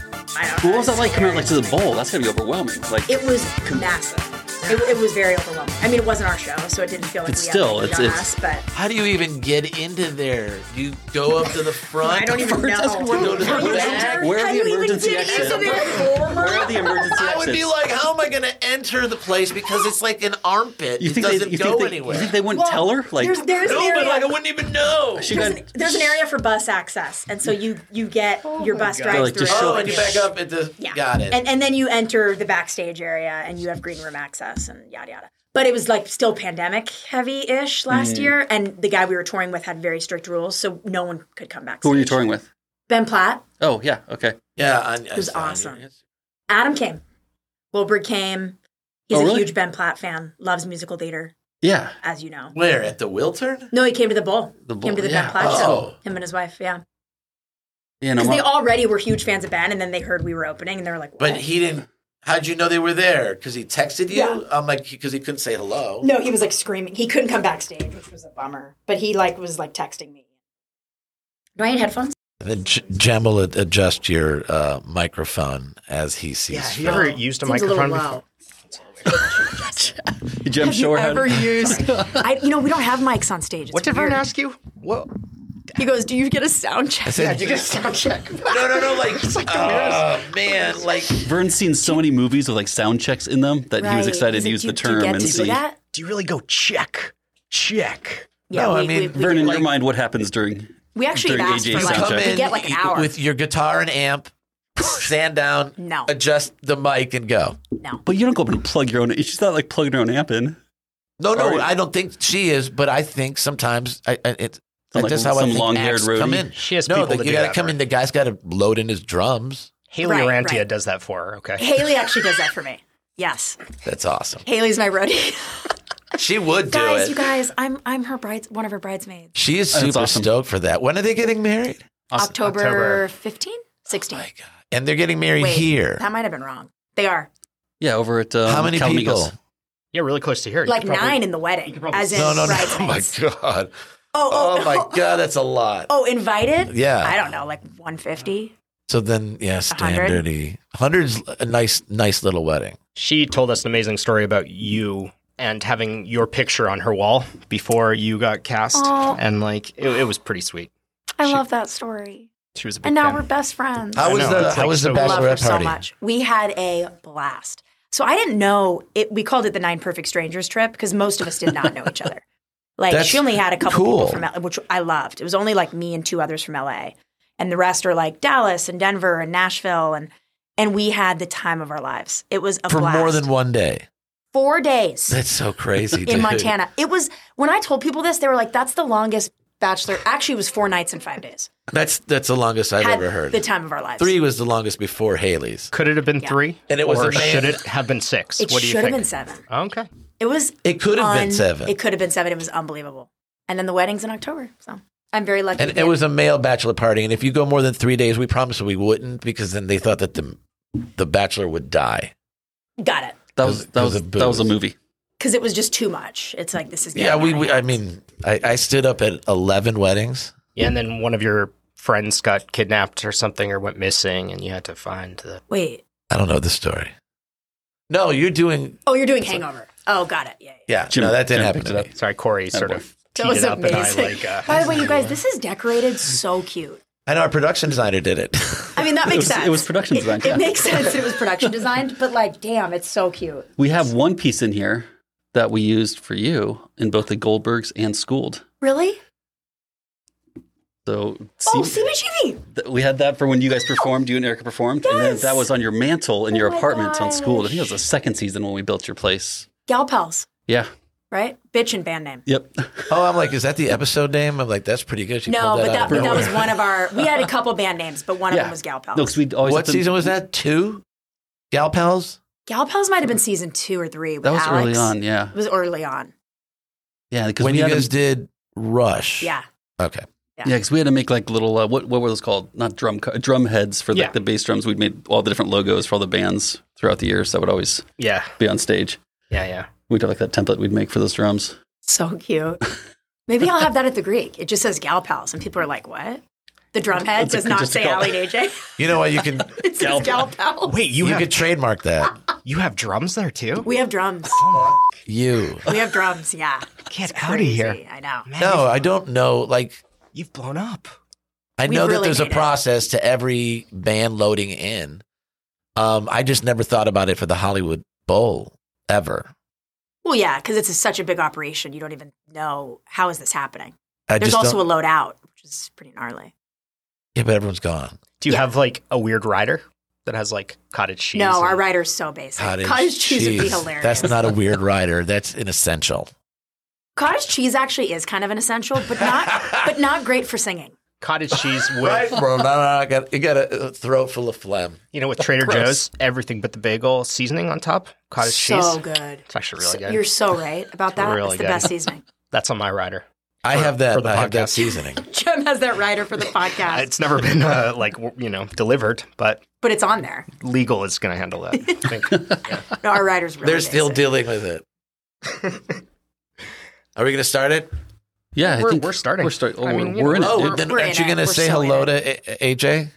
What was that like coming out like to the bowl? That's gonna be overwhelming. Like It was massive. It, it was very overwhelming. I mean, it wasn't our show, so it didn't feel like It's we still- had it's- on it's- us, but How do you even get into there? You go up to the front. I don't even know. That's How one- you enter? Where are How the you even emergency get exits? into there? where are the emergency I would be exits? like, how am I going to enter the place because it's like an armpit. you it think they, doesn't you go think they, anywhere. You think they wouldn't Well, tell her? Like there's, there's an no, area. but like I wouldn't even know. she there's, got an, there's an area for bus access, and so you you get your bus They're drive like, through. just show oh, and you back up at the. Yeah, Got it. And and then you enter the backstage area, and you have green room access, and yada yada. But it was like still pandemic heavy ish last Mm-hmm. year, and the guy we were touring with had very strict rules, so no one could come back. who are you touring with? Ben Platt, Oh yeah, okay. yeah, on, it was awesome. Adam came, Wilbur came. He's Oh, a really? huge Ben Platt fan. Loves musical theater, Yeah. as you know. Where at the Wiltern? No, he came to the bowl. The Came to Bowl, the yeah. Ben Platt Oh. show. Him and his wife. Yeah. You know, Because my- they already were huge fans of Ben, and then they heard we were opening, and they were like, But "What?" he didn't. How'd you know they were there? Because he texted you. Yeah. I'm like, because he couldn't say hello. No, he was like screaming. He couldn't come backstage, which was a bummer. But he like was like texting me. Do I need headphones? Then J- Jem will ad- adjust your uh, microphone as he sees. Have fit. you ever used a Seems a little microphone low. before? Jim Shore had- used? I, you know, we don't have mics on stage. It's What did Vern weird. ask you? What? He goes, "Do you get a sound check?" Yeah, did you get a sound check? no, no, no. Like, like the oh, man, like Vern's seen so many movies with like sound checks in them that he was Right. excited He's to like, use "Do- the do you term get and to do see. that? Do you really go check? Check. Yeah, No, we, I we- mean, we, Vern, in like, your mind, what happens during? we actually have during asked AJ for like, sound check. we get like an hour. with your guitar and amp, stand down, No. adjust the mic and go. no, But you don't go up and plug your own. She's not like plugging her own amp in. No, no, Or- I don't think she is, but I think sometimes I, I, it's Sound like that's how I some think long-haired acts come roadie. in. She has no, people that that you do gotta that, come in. right? The guy's got to load in his drums. Haley Right, Orantia right. does that for her. Okay. Haley actually does that for me. Yes, That's awesome. Haley's my roadie. She would do guys, it. you guys, I'm I'm her brides, one of her bridesmaids. she is That's super awesome. stoked for that. When are they getting married? Awesome. October 15, 16. My God. And they're getting married Wait, here. that might have been wrong. They are Yeah, over at um, How many Calamigos. people? Yeah, really close to here. You like could probably- nine in the wedding, as in No, no, no. Oh my bridesmaids. god. Oh, Oh my god, that's a lot. Oh, invited? Yeah. I don't know, like 150. So then, yeah, hundred? standardy. Hundreds, a nice, nice little wedding. She told us an amazing story about you and having your picture on her wall before you got cast, Aw. and like it, it was pretty sweet. I She- love that story. She was a big And now fan. we're best friends. How I was know, the it's How like was the so- Love her bachelorette so party? much. We had a blast. So I didn't know it. We called it the Nine Perfect Strangers trip because most of us did not know each other. Like That's she only had a couple cool. people from LA, which I loved. It was only like me and two others from LA, and the rest are like Dallas and Denver and Nashville and and we had the time of our lives. It was a for blast. more than one day. four days. That's so crazy. dude. in Montana. It was when I told people this, they were like, "That's the longest bachelor." Actually, it was four nights and five days. That's that's the longest I've Had ever heard. the time of our lives. Three was the longest before Haley's. Could it have been three? And it was or a man- should it have been six? It what do you should have think? been seven. Okay. It was. It could have been un- seven. It could have been seven. It was unbelievable. And then the wedding's in October, so I'm very lucky. And it was a male bachelor party. And if you go more than three days, we promised we wouldn't because then they thought that the the bachelor would die. got it That was that was Because of that was a booze. movie. because it was just too much. It's like this is Yeah, getting we, out of we. I hand. mean, I, I stood up at eleven weddings. Yeah, and then one of your friends got kidnapped or something or went missing, and you had to find the. wait. I don't know the story. No, you're doing. Oh, you're doing Hangover. Oh, got it. Yeah. yeah. Yeah, Jim- no, that didn't Jim happen picked to it me. Sorry, Corey sort boy. of That teed was it up, amazing. and I like. Uh, By the way, you guys, this is decorated so cute. I know our production designer did it. I mean, that makes It was, sense. it was production design. It makes sense. It was production designed, but like, damn, it's so cute. We have one piece in here that we used for you in both the Goldbergs and Schooled. Really? So Oh, see- CBGB. th- we had that for when you guys performed, you and Erica performed, and then Yes. that was on your mantle in your my apartment on Schooled. I think it was the gosh. second season when we built your place. Gal Pals, Yeah. right? Bitch and band name. Yep. Oh, I'm like, is that the episode name? I'm like, that's pretty good. She No, pulled but that, out of but that nowhere. was one of our. We had a couple band names, but one of yeah. them was Gal Pals. No, 'cause we'd always What have to- season was that? Two? Gal Pals? Gal Pals might have been season two or three. With That was Alex. early on. Yeah. It was early on. Yeah. Because When we you had to- guys did Rush. Yeah. Okay. Yeah, because we had to make like little uh, what what were those called? Not drum co- drum heads for like Yeah. the bass drums. We'd made all the different logos for all the bands throughout the years that would always yeah, be on stage. yeah, yeah. We'd have like that template we'd make for those drums. So cute. Maybe I'll have that at the Greek. It just says Gal Pals, and people are like, "What?" The drumhead does not just a say call. Allie and AJ. You know what? You can It says Gal Pal. Wait, you you, have could trademark that. you have drums there too? We have drums. You. We have drums. Yeah. Get It's out of crazy, here! I know. Man, No, you've- I don't know. Like you've blown up. I We've know that really there's a made it. process to every band loading in. Um, I just never thought about it for the Hollywood Bowl ever. Well, yeah, because it's a, such a big operation. You don't even know how is this happening. I There's just also don't, a loadout, which is pretty gnarly. yeah, but everyone's gone. Do you have like a weird rider that has like cottage cheese? no, and- our rider's so basic. Cottage, cheese, would be cheese. hilarious. That's not a weird rider. That's an essential. Cottage cheese actually is kind of an essential, but not but not great for singing. cottage cheese with Right, bro. No, no, I got you got a throat full of phlegm. you know with Trader Gross. Joe's everything but the bagel seasoning on top. Cottage so cheese. good. It's actually really So- good. You're so right about that. Really it's the good. best seasoning. That's on my rider. I For- have that. for the I have podcast. that seasoning. Jim has that rider for the podcast, It's never been uh, like w- you know delivered, but but it's on there. legal is going to handle that. I think. No, our rider's really They're still basic. dealing with it. Are we going to start it? Yeah, I We're- think we're starting. We're starting. Oh, I we're, mean, you we're in know, it. Oh, dude. then we're aren't in you it. going to We're say so hello in to A- A- AJ?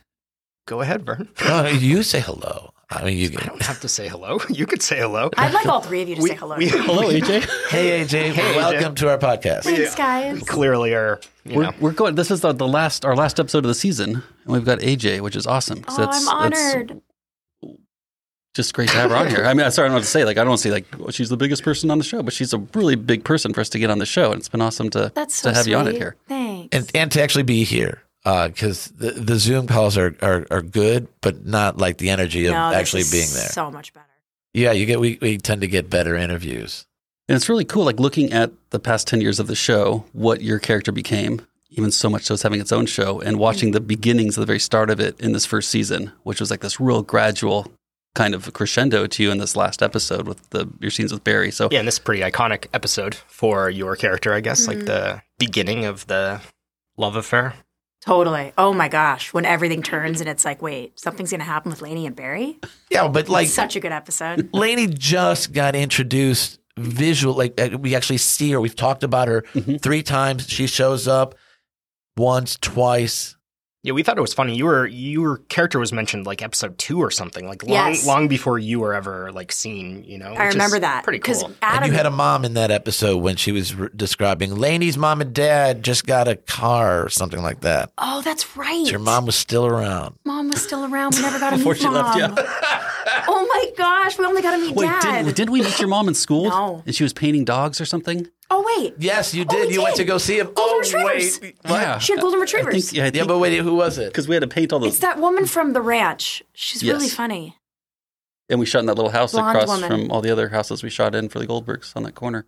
Go ahead, Vern. No, you say hello. I mean, you I can. don't have to say hello. You could say hello. I'd like all three of you to say hello. We, to me. Hello, AJ. Hey, AJ. welcome to our podcast. Thanks, guys. clearly are. You We're, know, we're going. This is the, the last our last episode of the season, and we've got AJ, which is awesome. 'cause Oh, I'm that's honored. just great to have her on here. I mean, I'm sorry, I don't want to say like I don't want to say like well, she's the biggest person on the show, but she's a really big person for us to get on the show, and it's been awesome to That's so to have you on it sweet. here. Thanks. And, and to actually be here, because the, the Zoom calls are, are, are good, but not like the energy of No, this actually is being there. so much better. yeah, you get we, we tend to get better interviews. And it's really cool, like looking at the past 10 years of the show, what your character became, even so much so as having its own show, and watching the beginnings of the very start of it in this first season, which was like this real gradual kind of crescendo to you in this last episode with the your scenes with Barry. So yeah, and this is a pretty iconic episode for your character, I guess, Mm. like the beginning of the love affair. Totally. Oh my gosh. When everything turns and it's like, wait, something's going to happen with Laney and Barry? Yeah, but like Such a good episode. Lainey just got introduced visual. Like uh, we actually see her. We've talked about her three times. She shows up once, twice. Yeah, we thought it was funny. You were your character was mentioned like episode two or something, like long Yes. long before you were ever like seen. You I know, which is remember that. Pretty Because cool. And Adam, you had a mom in that episode when she was re- describing Lainey's mom and dad just got a car or something like that. oh, that's right. So your mom was still around. Mom was still around. We never got to meet before she mom. left, yeah. Oh my gosh. We only got to meet Wait, dad. did, did we meet your mom in school? No. And she was painting dogs or something? oh, wait. Yes, you Oh, did. we you went to did. go see him. Golden oh retrievers. wait, Yeah. She had golden I retrievers. think, yeah, I yeah, think, but wait, who was it? because we had to paint all it's those, that woman from the ranch. She's really Yes. funny. and we shot in that little house Blonde across woman. from all the other houses we shot in for the Goldbergs on that corner.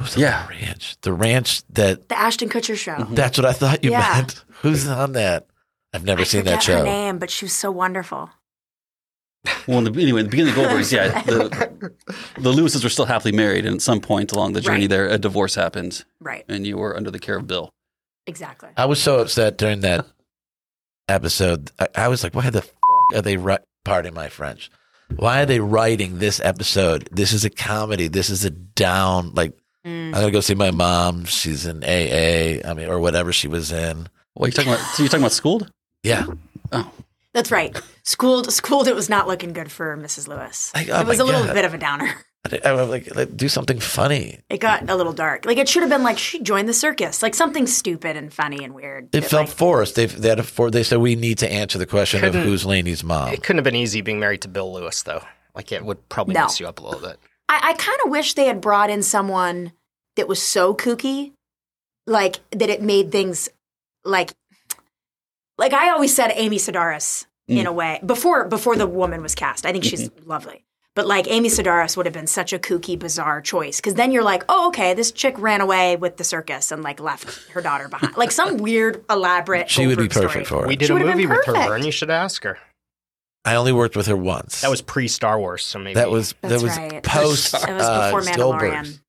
Was Yeah. the ranch. Mm-hmm. The ranch that. The Ashton Kutcher show. Mm-hmm. That's what I thought you Yeah. meant. Who's on that? I've never I seen forget that show. her name, but she was so wonderful. Well, in the, anyway, in the beginning of the Goldbergs, yeah, the, the Lewises were still happily married, and at some point along the journey Right. there, a divorce happened, Right. and you were under the care of Bill. Exactly. I was so upset during that episode. I, I was like, why the f- are they ri- pardon my French? Why are they writing this episode? This is a comedy. This is a down. Like, Mm. I'm gonna go see my mom. She's in AA. I mean, or whatever she was in. What are you talking about? So you're talking about schooled? Yeah, That's right. Schooled, schooled, it was not looking good for Mrs. Lewis. Like, oh it was my a little God. bit of a downer. I, I was like, like, do something funny. It got a little dark. Like it should have been like she joined the circus, like something stupid and funny and weird. It that, felt like, forced. They they had a for, They said we need to answer the question of Couldn't- who's Laney's mom. It couldn't have been easy being married to Bill Lewis, though. Like it would probably No. mess you up a little bit. I, I kind of wish they had brought in someone that was so kooky, like that it made things like, like I always said, Amy Sedaris Mm. in a way before before the woman was cast. I think she's Mm-hmm. lovely. But like Amy Sedaris would have been such a kooky, bizarre choice because then you're like, oh, okay, this chick ran away with the circus and like left her daughter behind, like some weird, elaborate. She would be Goldberg perfect story. for We it. did She a would've been movie with her, perfect. Vern. You should ask her. I only worked with her once. That was pre Star Wars, so maybe that was that That's was right. post. It was uh, before Goldberg's. Mandalorian.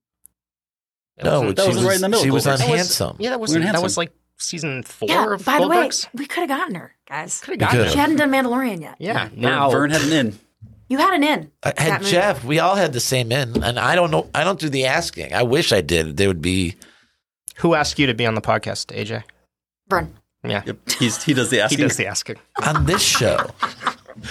That No, wasn't- that she was was right in the middle She of was on Goldberg's. That was- handsome. Yeah, that was We're that handsome. was like season four Yeah. of By the way, Goldbergs. we could have gotten her, guys. Could We have gotten could've. it. She hadn't done Mandalorian yet. Yeah, Vern- now Vern had an in. You had an in. I That had movie. Jeff. We all had the same in, and I don't know. I don't do the asking. I wish I did. There would be who asked you to be on the podcast, AJ? Vern. Yeah. Yep. He's, he does the He asking. does the asking. on this show.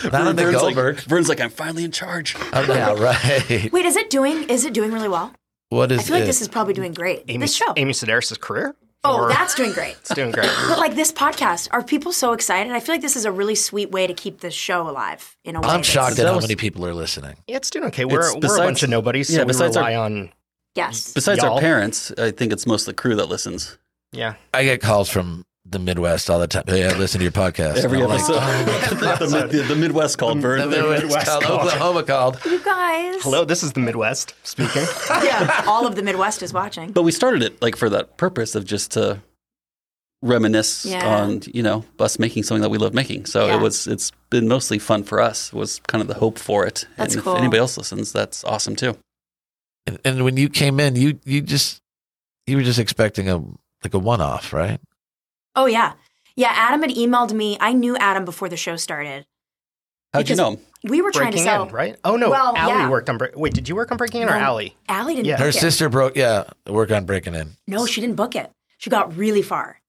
Not on the Vern's like, Goldberg. Vern's like, I'm finally in charge. Oh, yeah, right. Wait, is it doing? Is it doing really well? What is I feel like this? this is probably doing great. Amy, this show. Amy Sedaris' career? oh, Or- that's doing great. It's doing great. But like this podcast, are people so excited? I feel like this is a really sweet way to keep this show alive in a way. I'm that's- shocked at That how was- many people are listening. It's doing okay. We're, we're besides- a bunch of nobodies, so yeah, we besides our- rely on, Yes. Besides our Y'all. parents, I think it's most the crew that listens. yeah. I get calls from the Midwest all the time. Hey, I listen to your podcast. Every And I'm like, episode. the, the- the Midwest called Vern. The Midwest, called, Oklahoma called. You guys. Hello, this is the Midwest speaking. yeah. All of the Midwest is watching. But we started it like for that purpose of just to reminisce Yeah. on you know us making something that we love making. So Yeah. it was it's been mostly fun for us. Was kind of the hope for it. That's and cool. if anybody else listens, that's awesome too. And, and when you came in, you you just you were just expecting a like a one off, right? Oh yeah. Yeah, Adam had emailed me. I knew Adam before the show started. How'd you Because- know? We were trying to Breaking sell. in, right? Oh, no. Well, Allie yeah. worked on Breaking Wait, did you work on Breaking In or No. Allie? Allie didn't Yeah. book Her it. sister broke. Yeah, work on breaking in. No, she didn't book it. She got really far.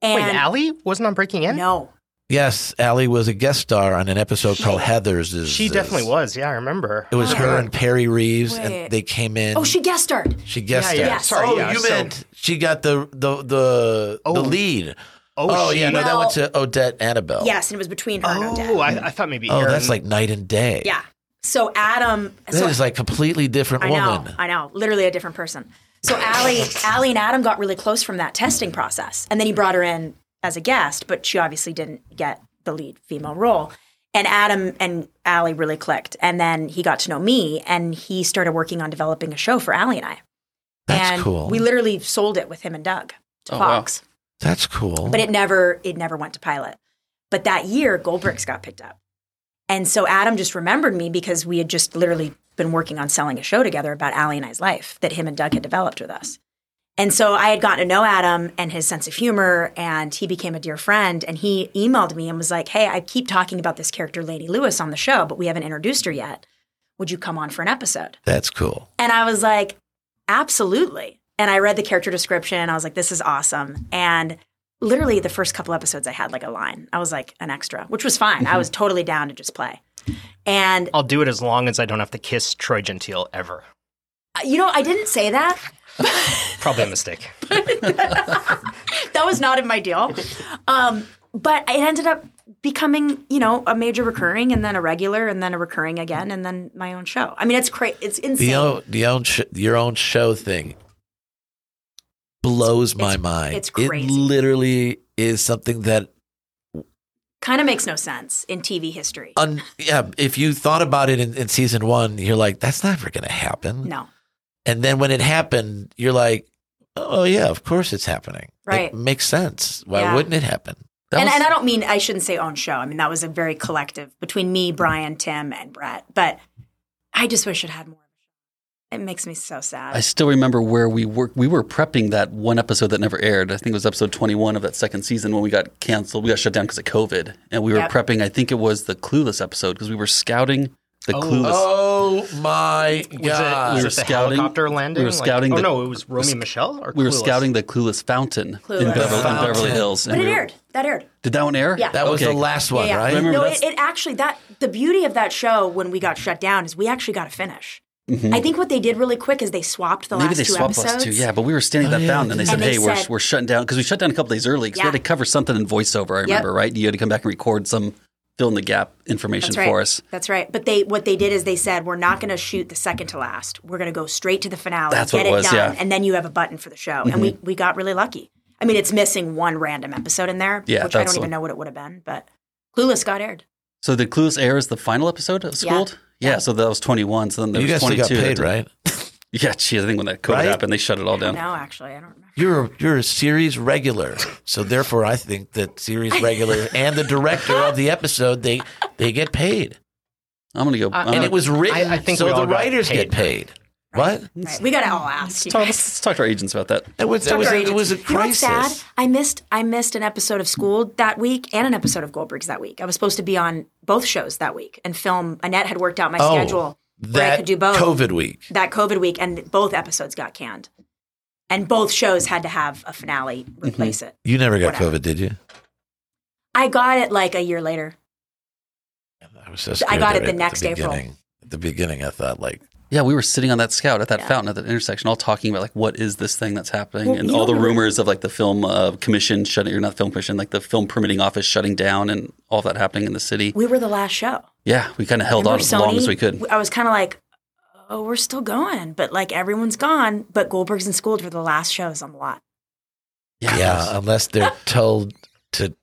And Wait, Allie wasn't on Breaking In? No. Yes, Allie was a guest star on an episode She- called Heather's. She definitely was. Yeah, I remember. It was her and Perry Reeves, Wait. and they came in. Oh, she guest starred. she guessed Yeah, yeah. Yes. Sorry, Oh, yeah, you so- meant she got the the the, Oh. the lead. Oh, Oh, she- yeah, no, that Well- went to Odette Annabelle. Yes, and it was between her and Odette. Oh, I, I thought maybe. Oh, Aaron- that's like night and day. Yeah. So Adam That is so like completely different I know, woman. I know, literally a different person. So Allie, Allie and Adam got really close from that testing process, and then he brought her in as a guest, but she obviously didn't get the lead female role. And Adam and Allie really clicked, and then he got to know me, and he started working on developing a show for Allie and I. That's and cool. We literally sold it with him and Doug to Oh, wow. Fox, That's cool. but it never it never went to pilot. But that year, Goldbricks got picked up, and so Adam just remembered me because we had just literally been working on selling a show together about Allie and I's life that him and Doug had developed with us. And so I had gotten to know Adam and his sense of humor, and he became a dear friend. And he emailed me and was like, "Hey, I keep talking about this character, Lady Lewis, on the show, but we haven't introduced her yet. Would you come on for an episode?" That's cool. And I was like, absolutely. And I read the character description. I was like, this is awesome. And literally the first couple episodes, I had like a line. I was like an extra, which was fine. I was totally down to just play. And I'll do it as long as I don't have to kiss Troy Gentile ever. uh, you know, I didn't say that. Probably a mistake. That was not in my deal. Um, but it ended up becoming, you know, a major recurring and then a regular and then a recurring again and then my own show. I mean, it's crazy. It's insane. The own, the own sh- your own show thing blows my it's- mind. it's It crazy. literally is something that kind of makes no sense in TV history. un- yeah, if you thought about it in, in season 1, you're like that's never going to happen. no. And then when it happened, you're like oh yeah, of course it's happening. Right. It makes sense. Why Yeah. wouldn't it happen? That and, was- and I don't mean I shouldn't say own show. I mean that was a very collective between me, Brian, Tim, and Brett. But I just wish it had more. It makes me so sad. I still remember where we were. We were prepping that one episode that never aired. I think it was episode 21 of that second season when we got canceled. We got shut down because of COVID. And we were Yep. prepping, I think it was the Clueless episode because we were scouting the Oh. Clueless. oh my Was god. it, We was were it the scouting- helicopter landing? we were scouting Like, the- oh no, it was Romy Michelle. Or We were Clueless? scouting the Clueless Fountain in Clueless. Beverly, in Fountain. Beverly Hills. but and it we were- aired. That aired. Did that one air? Yeah. that was Okay. the last one, yeah, yeah. right? Remember no, that's- it, it actually that the beauty of that show when we got shut down is we actually got a finish. I think what they did really quick is they swapped the Maybe last they two swapped episodes. us two. Yeah, but we were Oh, standing at that fountain and they said, And they hey, we're, said- we're shutting down because we shut down a couple days early because Yeah. we had to cover something in voiceover, I remember, right? You had to come back and record some fill in the gap information That's right. for us. That's right. But they what they did is they said we're not going to shoot the second to last. We're going to go straight to the finale. That's get what it was, done, yeah. And then you have a button for the show. And we we got really lucky. I mean, it's missing one random episode in there, Yeah, which I that's don't even the- know what it would have been. But Clueless got aired. So the Clueless air is the final episode of Yeah. Schooled? Yeah, so that was 21. So then there You was guys still 22. got paid, that- right? Yeah, gee, I think when that COVID Right? happened, they shut it all down. No, actually, I don't remember. You're a- you're a series regular, so therefore I think that series regular and the director of the episode they they get paid, I'm going to Uh, go. I'm and gonna- it was written. I- I think so we all the got writers paid. get paid. What? Right. We got to all ask. You Tom, guys. let's, let's talk to our agents about that. It was, it was, Tucker a, it was a agents. You know what's crisis. sad? I missed I missed an episode of School that week and an episode of Goldberg's that week. I was supposed to be on both shows that week and film. Annette had worked out my Oh, schedule where I that could do both. COVID week. that COVID week, and both episodes got canned, and both shows had to have a finale replace it. Mm-hmm. You never got Whatever. COVID, did you? I got it like a year later. I was so scared got there it the at next April. beginning. At the beginning, I thought like Yeah, we were sitting on that scout at that Yeah. fountain at that intersection, all talking about like what is this thing that's happening, Well, and you all the don't really- rumors of like the film uh, commission shutting, or not film commission, like the film permitting office shutting down, and all that happening in the city. We were the last show. Yeah, we kind of held And on we're as long as Sony. we could. I was kind of like, oh, we're still going, but like everyone's gone. But Goldberg's and Schooled were the last shows on the lot. Yeah, yeah, unless they're told to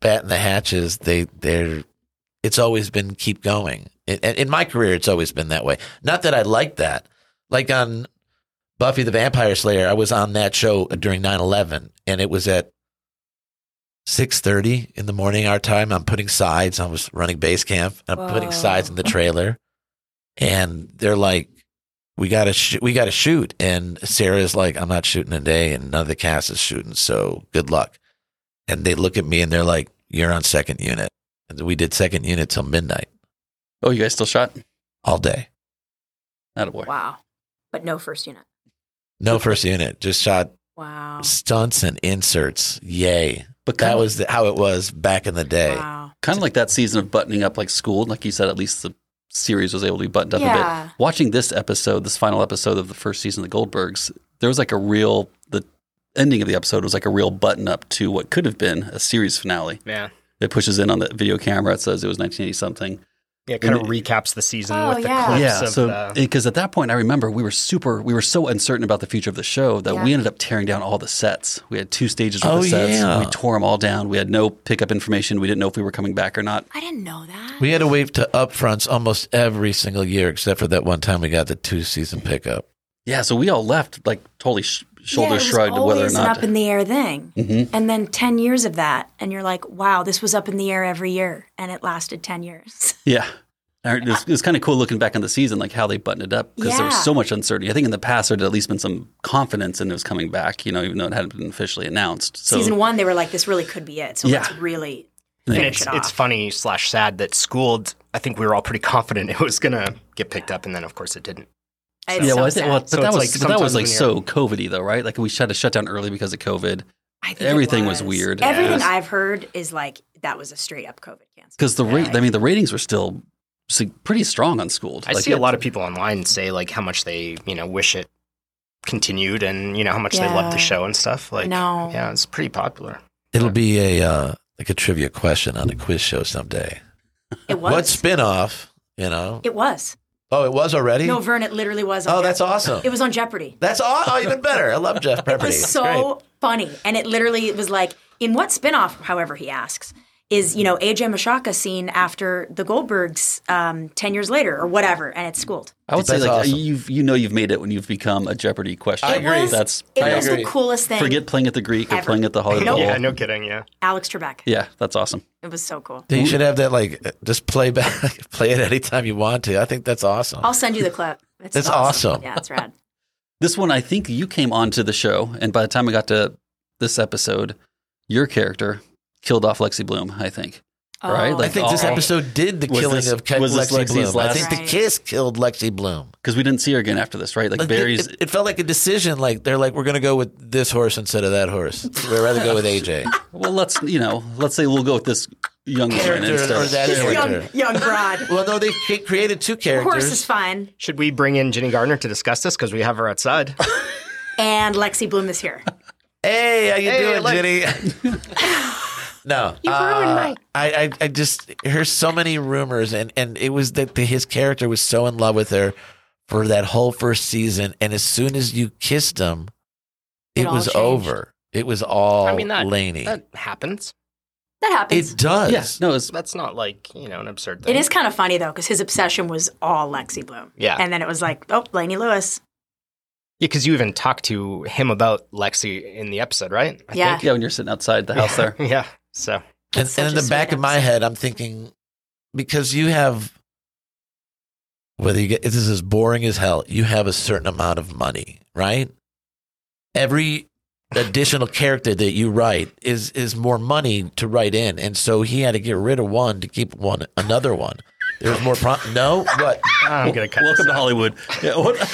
batten the hatches, they they're. It's always been keep going. In, in in my career, it's always been that way. Not that I like that. Like on Buffy the Vampire Slayer, I was on that show during 9-11, and it was at six thirty in the morning our time. I'm putting sides. I was running base camp. I'm putting Whoa. sides in the trailer, and they're like, "We got to, sh- we got to shoot." And Sarah's like, "I'm not shooting today, and none of the cast is shooting. So good luck." And they look at me and they're like, "You're on second unit." And we did second unit till midnight Oh, you guys still shot? all day. Not a boy. Wow. But no first unit. No first unit, just shot Wow. stunts and inserts. Yay! But That was the, how it was back in the day. Wow. kind of like that season of buttoning up like school like you said at least the series was able to be buttoned up a Yeah. bit watching this episode this final episode of the first season of the goldbergs there was like a real the ending of the episode was like a real button up to what could have been a series finale Yeah. it pushes in on the video camera it says it was 1980 something Yeah, kind of And recaps the season Oh, with the yeah. clips of so the. because at that point i remember we were super we were so uncertain about the future of the show that Yeah. we ended up tearing down all the sets we had two stages with Oh, the sets yeah. we tore them all down we had no pickup information we didn't know if we were coming back or not I didn't know that. We had to wait to upfronts almost every single year, except for that one time we got the two season pickup. Yeah, so we all left like totally sh- shoulder yeah, it shrugged was whether or always not. an up in the air thing. Mhm. And then 10 years of that. And you're like, wow, this was up in the air every year. And it lasted 10 years. Yeah, All right, it's, it's kind of cool looking back on the season, like how they buttoned it up because there Yeah. was so much uncertainty. I think in the past there had at least been some confidence in it was coming back, you know, even though it hadn't been officially announced. So Season one, they were like, this really could be it. So Yeah. let's really And And finish it's it off. it's funny slash sad that schooled. I think we were all pretty confident it was gonna get picked up, and then of course it didn't. It's yeah, so well, I think, sad. well, but So that it's was like but that was sometimes like when so COVIDy though, right? Like we had to shut down early because of COVID. I think it everything was weird. Everything Yeah. I've heard is like, that was a straight up COVID cancel. Because the rate, I mean, the ratings were still sig- pretty strong on Schooled. I see a lot of people online say like how much they you know wish it continued, and you know how much they love the Yeah. show and stuff. Like, No. yeah, it's pretty popular. It'll be a uh, like a trivia question on a quiz show someday. It was. What spinoff? You know? it was. oh, it was already. No, Vern, it literally was. On oh, that's Jeopardy. awesome. It was on Jeopardy. that's aw- oh, even better. I love Jeff It Pepperdy. was so funny. And it literally was like, in what spinoff, however, he asks, is, you know, AJ Mashaka seen after the Goldbergs um, 10 years later or whatever, and it's schooled. I would say That's like awesome. you've you know you've made it when you've become a Jeopardy question. I agree. was- That's It I was agree. the coolest thing. forget playing at the Greek or Ever. playing at the Hollywood. Nope. Bowl. Yeah, no kidding. Yeah, Alex Trebek. Yeah, that's awesome. It was so cool. you should have that like uh, just play back, play it anytime you want to. I think that's awesome. I'll send you the clip. It's That's awesome. Yeah, it's rad. This one, I think you came onto the show, and by the time I got to this episode, your character killed off Lexi Bloom. I think. Right, I like, think this all- episode did the Was killing this- of Ke- was this Lexi Lexi's Bloom. I last- think the Right. kiss killed Lexi Bloom. Because we didn't see her again after this, right? Like Like, Barry's. It, it- it felt like a decision. Like they're like, we're gonna go with this horse instead of that horse. We'd rather go with AJ. well, let's you know, let's say we'll go with this young woman Character instead. or that This character. young, young broad. Well, no, they cre- created two characters. Horse is fine. should we bring in Jenny Gardner to discuss this because we have her outside? And Lexi Bloom is here. Hey, how you Hey, doing, look. Jenny? no, you ruined my. I, I, I just heard so many rumors, and and it was that the, his character was so in love with her for that whole first season, and as soon as you kissed him, It it, all was changed. over. It was all I mean, that- Laney. that happens. That happens. it does. yeah, no, it's That's not like you know an absurd thing. It is kind of funny though, because his obsession was all Lexi Bloom. Yeah. And then it was like, oh, Lainey Lewis. Yeah, because you even talked to him about Lexi in the episode, right? I Yeah. think. yeah. When you're sitting outside the house there, Yeah. So and, It's and in such a the back sweet of my episode. head, I'm thinking because you have whether you get this is as boring as hell. You have a certain amount of money, right? Every additional character that you write is is more money to write in, and so he had to get rid of one to keep one another one. There was more pro- no what I'm gonna cut. welcome this to out. Hollywood. Yeah, what-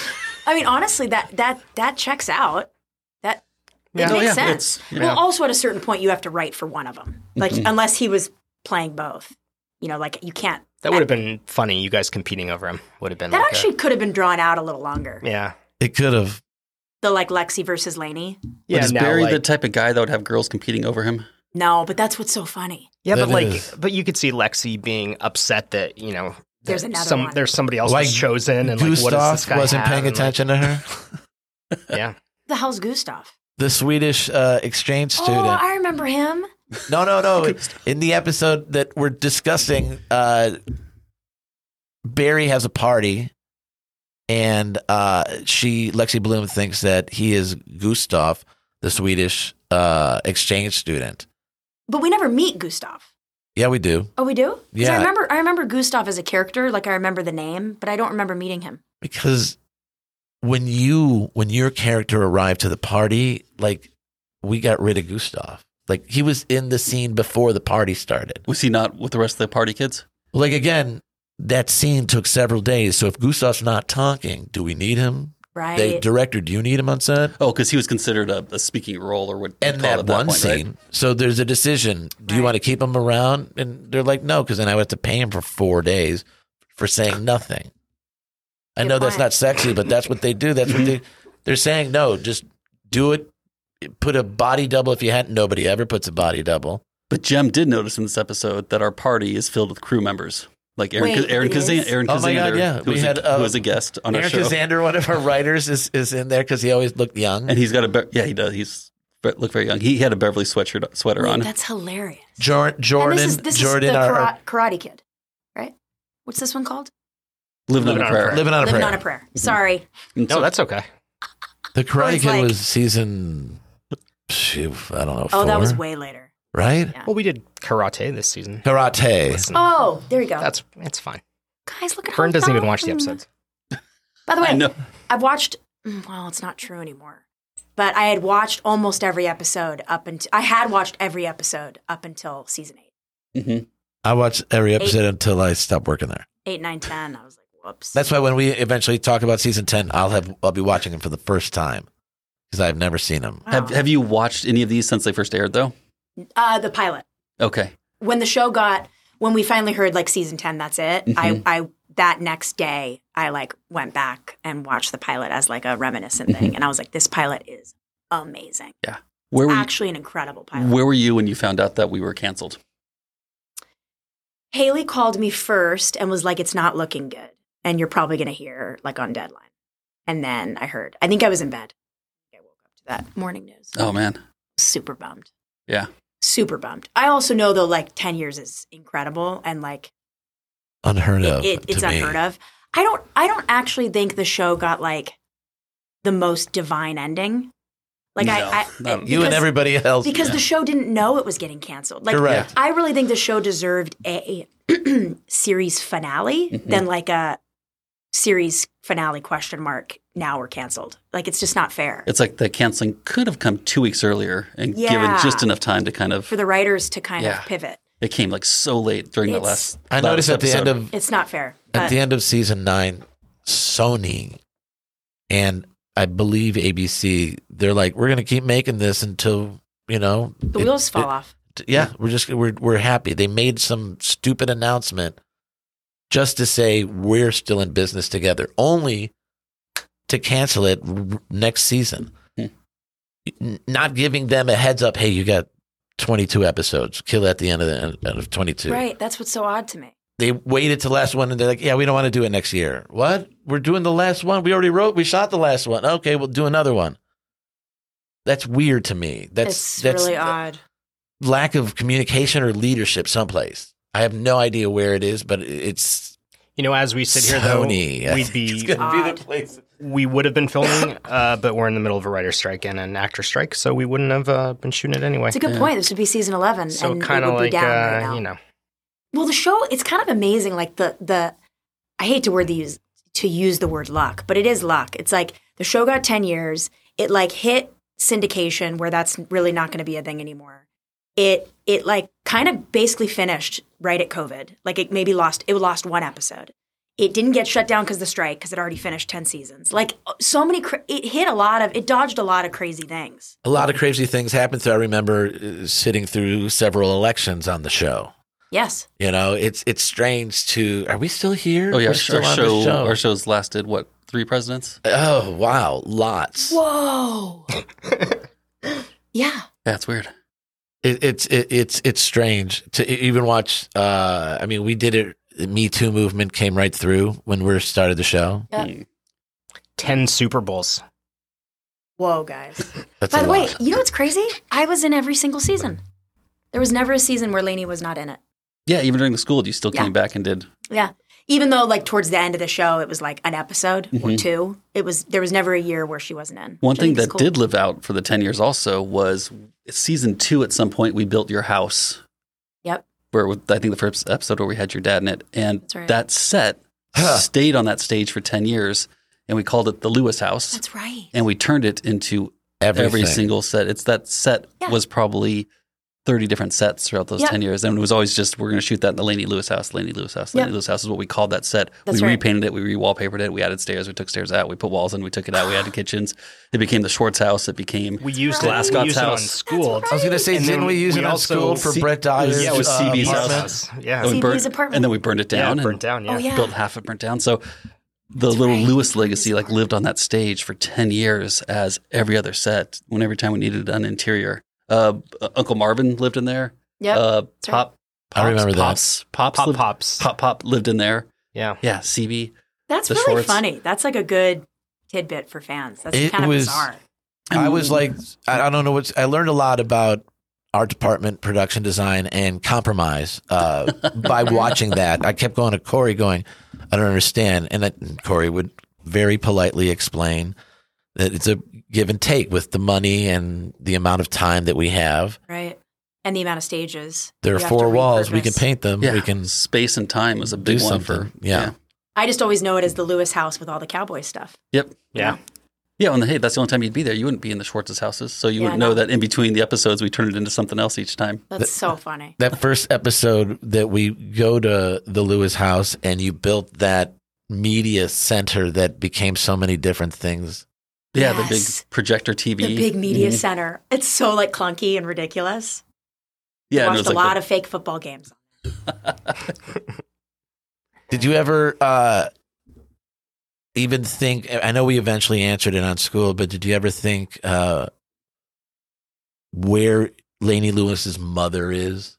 I mean, honestly, that that that checks out. That Yeah. It Oh, makes yeah, sense. it's- yeah. Well, also at a certain point, you have to write for one of them, like Mm-hmm. unless he was playing both. You know, like you can't. That would have been funny. You guys competing over him would have been That like actually could have been drawn out a little longer. a, yeah. It could have. The like Lexi versus Laney. But Yeah, is now, Barry the like- type of guy that would have girls competing over him? No, but that's what's so funny. yeah, That but like, is. but you could see Lexi being upset that you know There's that another some one. there's somebody else Like, was chosen and like what does this Gustav guy wasn't have? paying And, like, attention to her. yeah, The hell's Gustav? The Swedish uh, exchange student. Oh, I remember him. No, no, no. In the episode that we're discussing, uh, Barry has a party, and uh, she, Lexi Bloom, thinks that he is Gustav, the Swedish uh, exchange student. But we never meet Gustav. Yeah, we do. Oh, we do. 'Cause I Yeah. remember. I remember Gustav as a character. Like I remember the name, but I don't remember meeting him. because when you when your character arrived to the party like we got rid of gustav like he was in the scene before the party started Was he not with the rest of the party kids? like again that scene took several days so if gustav's not talking do we need him Right. they director do you need him on set Oh, because he was considered a, a speaking role or what? you and call it that at one point, right? scene so there's a decision do you Right. want to keep him around and they're like no because then i would have to pay him for four days for saying nothing i Good know that's point. not sexy but that's what they do that's what they they're saying no just do it put a body double if you had nobody ever puts a body double But Jem did notice in this episode that our party is filled with crew members. Like Aaron, Wait, Aaron it Kazan, is? Aaron Oh my Kazander, God, yeah. who, We was had, a, uh, who was a guest on our Eric show, Zander, one of our writers is is in there because he always looked young and he's got a be- yeah, he does. He's be- look very young. He had a Beverly sweatshirt sweater Wait, on. that's hilarious. Jor- jordan and this is this jordan uh, is the our, kara- our- Karate Kid, right? What's this one called? Living on a prayer. living on a Living prayer on a Prayer. Sorry. And no, so- that's okay. the Oh, karate it's kid like- was season shoot, i don't know Oh, that was four, way later. right Well, we did karate this season. karate Listen, Oh, there you go. that's it's fine. Guys, look at Vern how doesn't even watch the dumb. episodes. By the I way, know. I've watched. mm, Well, it's not true anymore, but I had watched almost every episode up until I had watched every episode up until season eight, Mhm. I watched every episode until I stopped working there. eight, nine, ten. I was like, whoops. That's why when we eventually talk about season ten, I'll have I'll be watching them for the first time because I've never seen them. Wow. Have Have you watched any of these since they first aired though? uh, the pilot Okay, when the show got when we finally heard like season ten. That's it. Mhm. I I that next day I like went back and watched the pilot as like a reminiscent thing, and I was like, this pilot is amazing. where Mm-hmm. were you, Actually, an incredible pilot. Where were you when you found out that we were canceled? Haley called me first and was like, it's not looking good. And you're probably going to hear like on deadline. And then I heard, I think I was in bed. I woke up to that morning news. Oh man, Super bummed. yeah. Super bummed. I also know though, like 10 years is incredible and like Unheard of. it, to it's me. unheard of. I don't, I don't actually think the show got like the most divine ending. Like No, I, I no. You You and because- everybody else. because the show didn't know it was getting canceled. Like, Correct. I really think the show deserved a series finale Mm-hmm. than like a series finale question mark. Now we're canceled. Like, it's just not fair It's like the canceling could have come two weeks earlier and given Yeah. just enough time to kind of. for the writers to kind Yeah. of pivot. it came like so late during the It's- last. I noticed at last the end episode. of It's not fair. at But the end of season nine, Sony and I believe ABC, they're like, we're gonna keep making this until you know the it- wheels fall it- off. yeah, we're just we're we're happy. They made some stupid announcement just to say we're still in business together, only to cancel it r- next season. Hmm. N- Not giving them a heads up. Hey, you got twenty two episodes. Kill at the end of the end of twenty two. Right. That's what's so odd to me. They waited to last one, and they're like, yeah, we don't want to do it next year. What? We're doing the last one. We already wrote. We shot the last one. Okay, we'll do another one. That's weird to me. That's it's that's really odd. lack of communication or leadership someplace. I have no idea where it is, but it's You know, as we sit here though, Sony. I we'd think it's be gonna be Odd. the place. we would have been filming, uh, but we're in the middle of a writer's strike and an actor strike, so we wouldn't have uh, been shooting it anyway. It's a good Yeah. point. This would be season 11. So and it kind of would be like down right uh, now. you know, Well, the show it's kind of amazing. Like the the I hate to word the use to use the word luck, but it is luck. It's like the show got ten years. It like hit syndication where that's really not going to be a thing anymore. It it like kind of basically finished right at COVID. Like it maybe lost it lost one episode. It didn't get shut down because the strike, because it already finished ten seasons. Like uh, so many, cra- it hit a lot of, it dodged a lot of crazy things. A lot of crazy things happened. So I remember uh, sitting through several elections on the show. Yes, You know, it's it's strange to. Are we still here? Oh yeah, We're our, still our on show, the show. our show's lasted what three presidents? oh wow, lots. Whoa. yeah. That's weird. It, it's it, it's it's strange to e- even watch. Uh, I mean, we did it. The Me Too movement came right through when we started the show. Yeah. Mm. 10 Super Bowls. Whoa, guys. That's By a the way, lot. you know what's crazy? I was in every single season. There was never a season where Lainey was not in it. Yeah, even during the school, you still Yeah. came back and did. Yeah. Even though like towards the end of the show it was like an episode or Mm-hmm. Mhm. two. It was there was never a year where she wasn't in. One which I thing think is that cool. did live out for the ten years also was season two. At some point, we built your house. Yep. Where with, I think the first episode where we had your dad in it, and That's right. that set Huh. stayed on that stage for ten years, and we called it the Lewis House, That's right. and we turned it into Everything. every single set. It's that set Yeah. was probably 30 different sets throughout those Yep. 10 years. And it was always just, we're going to shoot that in the Laney Lewis house, Laney Lewis house, Laney Yep. Lewis house is what we called that set. That's we right. repainted it, we re-wallpapered it, we added stairs, we took stairs out, we put walls in, we took it out, we added kitchens. It became the Schwartz house, it became We used right. it. We used it on House. school. I was gonna say, And then didn't we use we it on also- school for C- Brett Dyer's Yeah, it was uh, CB's house. apartment? Yeah. and we CB's burned- apartment. And then we burned it yeah, down burnt and down. Yeah. Oh yeah. built half of it burnt down. So the little right. Lewis legacy like lived on that stage for 10 years as every other set when every time we needed an interior. Uh, Uncle Marvin lived in there. Yep. Uh, right. Pop, I remember that. Pops, Pops, Pop lived- pops. Pop Pop lived in there. Yeah. Yeah, CB. That's the really Schwartz- funny. That's like a good tidbit for fans. That's It kind of was- bizarre. Mm-hmm. I Mm. was like, I I don't know what's. I learned a lot about art department, production design, and compromise uh, by watching that. I kept going to Corey, going, I don't understand, and that Corey would very politely explain that it's a give and take with the money and the amount of time that we have. Right. And the amount of stages. There you are have four to walls. We repurpose. can paint them. yeah, We can. space and time was a do big one something. for Yeah. I just always know it as the Lewis house with all the cowboy stuff. Yep. Yeah. Yeah, and hey, that's the only time you'd be there. You wouldn't be in the Schwartz's houses, so you Yeah, wouldn't no. know that in between the episodes we turned it into something else each time. That's so funny. That first episode that we go to the Lewis house and you built that media center that became so many different things. Yeah, the Yes. big projector TV, The big media Mhm. Mm-hmm. center. It's so like clunky and ridiculous. Yeah, and it watched was a like lot the- of fake football games. Did you ever uh, even think? I know we eventually answered it on school, but did you ever think uh, where Lainey Lewis's mother is,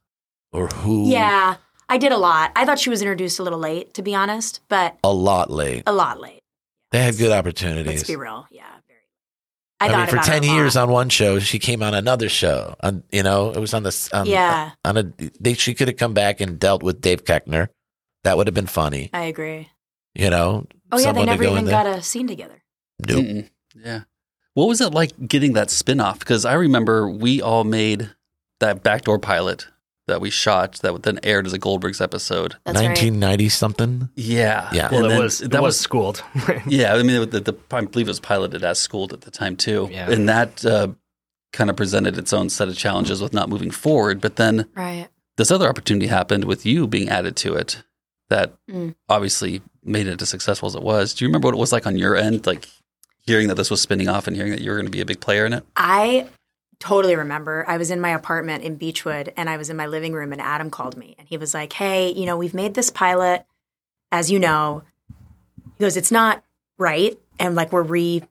or who? Yeah, I did a lot. I thought she was introduced a little late, to be honest, but a lot late. a lot late. They had good Let's opportunities. be real. Yeah, very. I, mean, thought for about ten it a years lot. on one show, she came on another show. On you know, it was on this. On, yeah, on a they, she could have come back and dealt with Dave Keckner. That would have been funny. I agree. You know. Oh yeah, they someone to never go in even there. got a scene together. Nope. Mm-mm. Yeah. What was it like getting that spin off? Because I remember we all made that backdoor pilot that we shot that then aired as a Goldberg's episode. That's right. 1990 something. Yeah. Yeah. Well, And it then was, that was schooled. Yeah, I mean, the, the, I believe it was piloted as schooled at the time too, Yeah. and that uh, kind of presented its own set of challenges with not moving forward. But then Right. this other opportunity happened with you being added to it, that Mm. obviously made it as successful as it was. Do you remember what it was like on your end, like hearing that this was spinning off and hearing that you were going to be a big player in it? I totally remember. I was in my apartment in Beechwood, and I was in my living room, and Adam called me, and he was like, "Hey, you know, we've made this pilot, as you know." He goes, "It's not right," and like we're re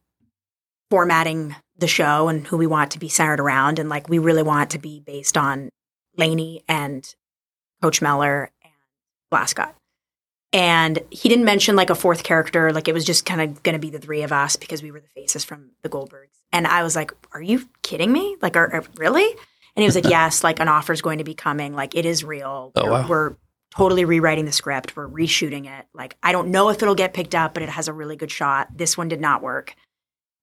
formatting the show and who we want to be centered around. And like, we really want to be based on Laney and Coach Meller and Blascott. And he didn't mention like a fourth character. Like, it was just kind of going to be the three of us because we were the faces from the Goldbergs. And I was like, are you kidding me? Like, are, are- really? And he was like, yes, like an offer's going to be coming. Like, it is real. Oh, we're, wow. we're totally rewriting the script. We're reshooting it. Like, I don't know if it'll get picked up, but it has a really good shot. This one did not work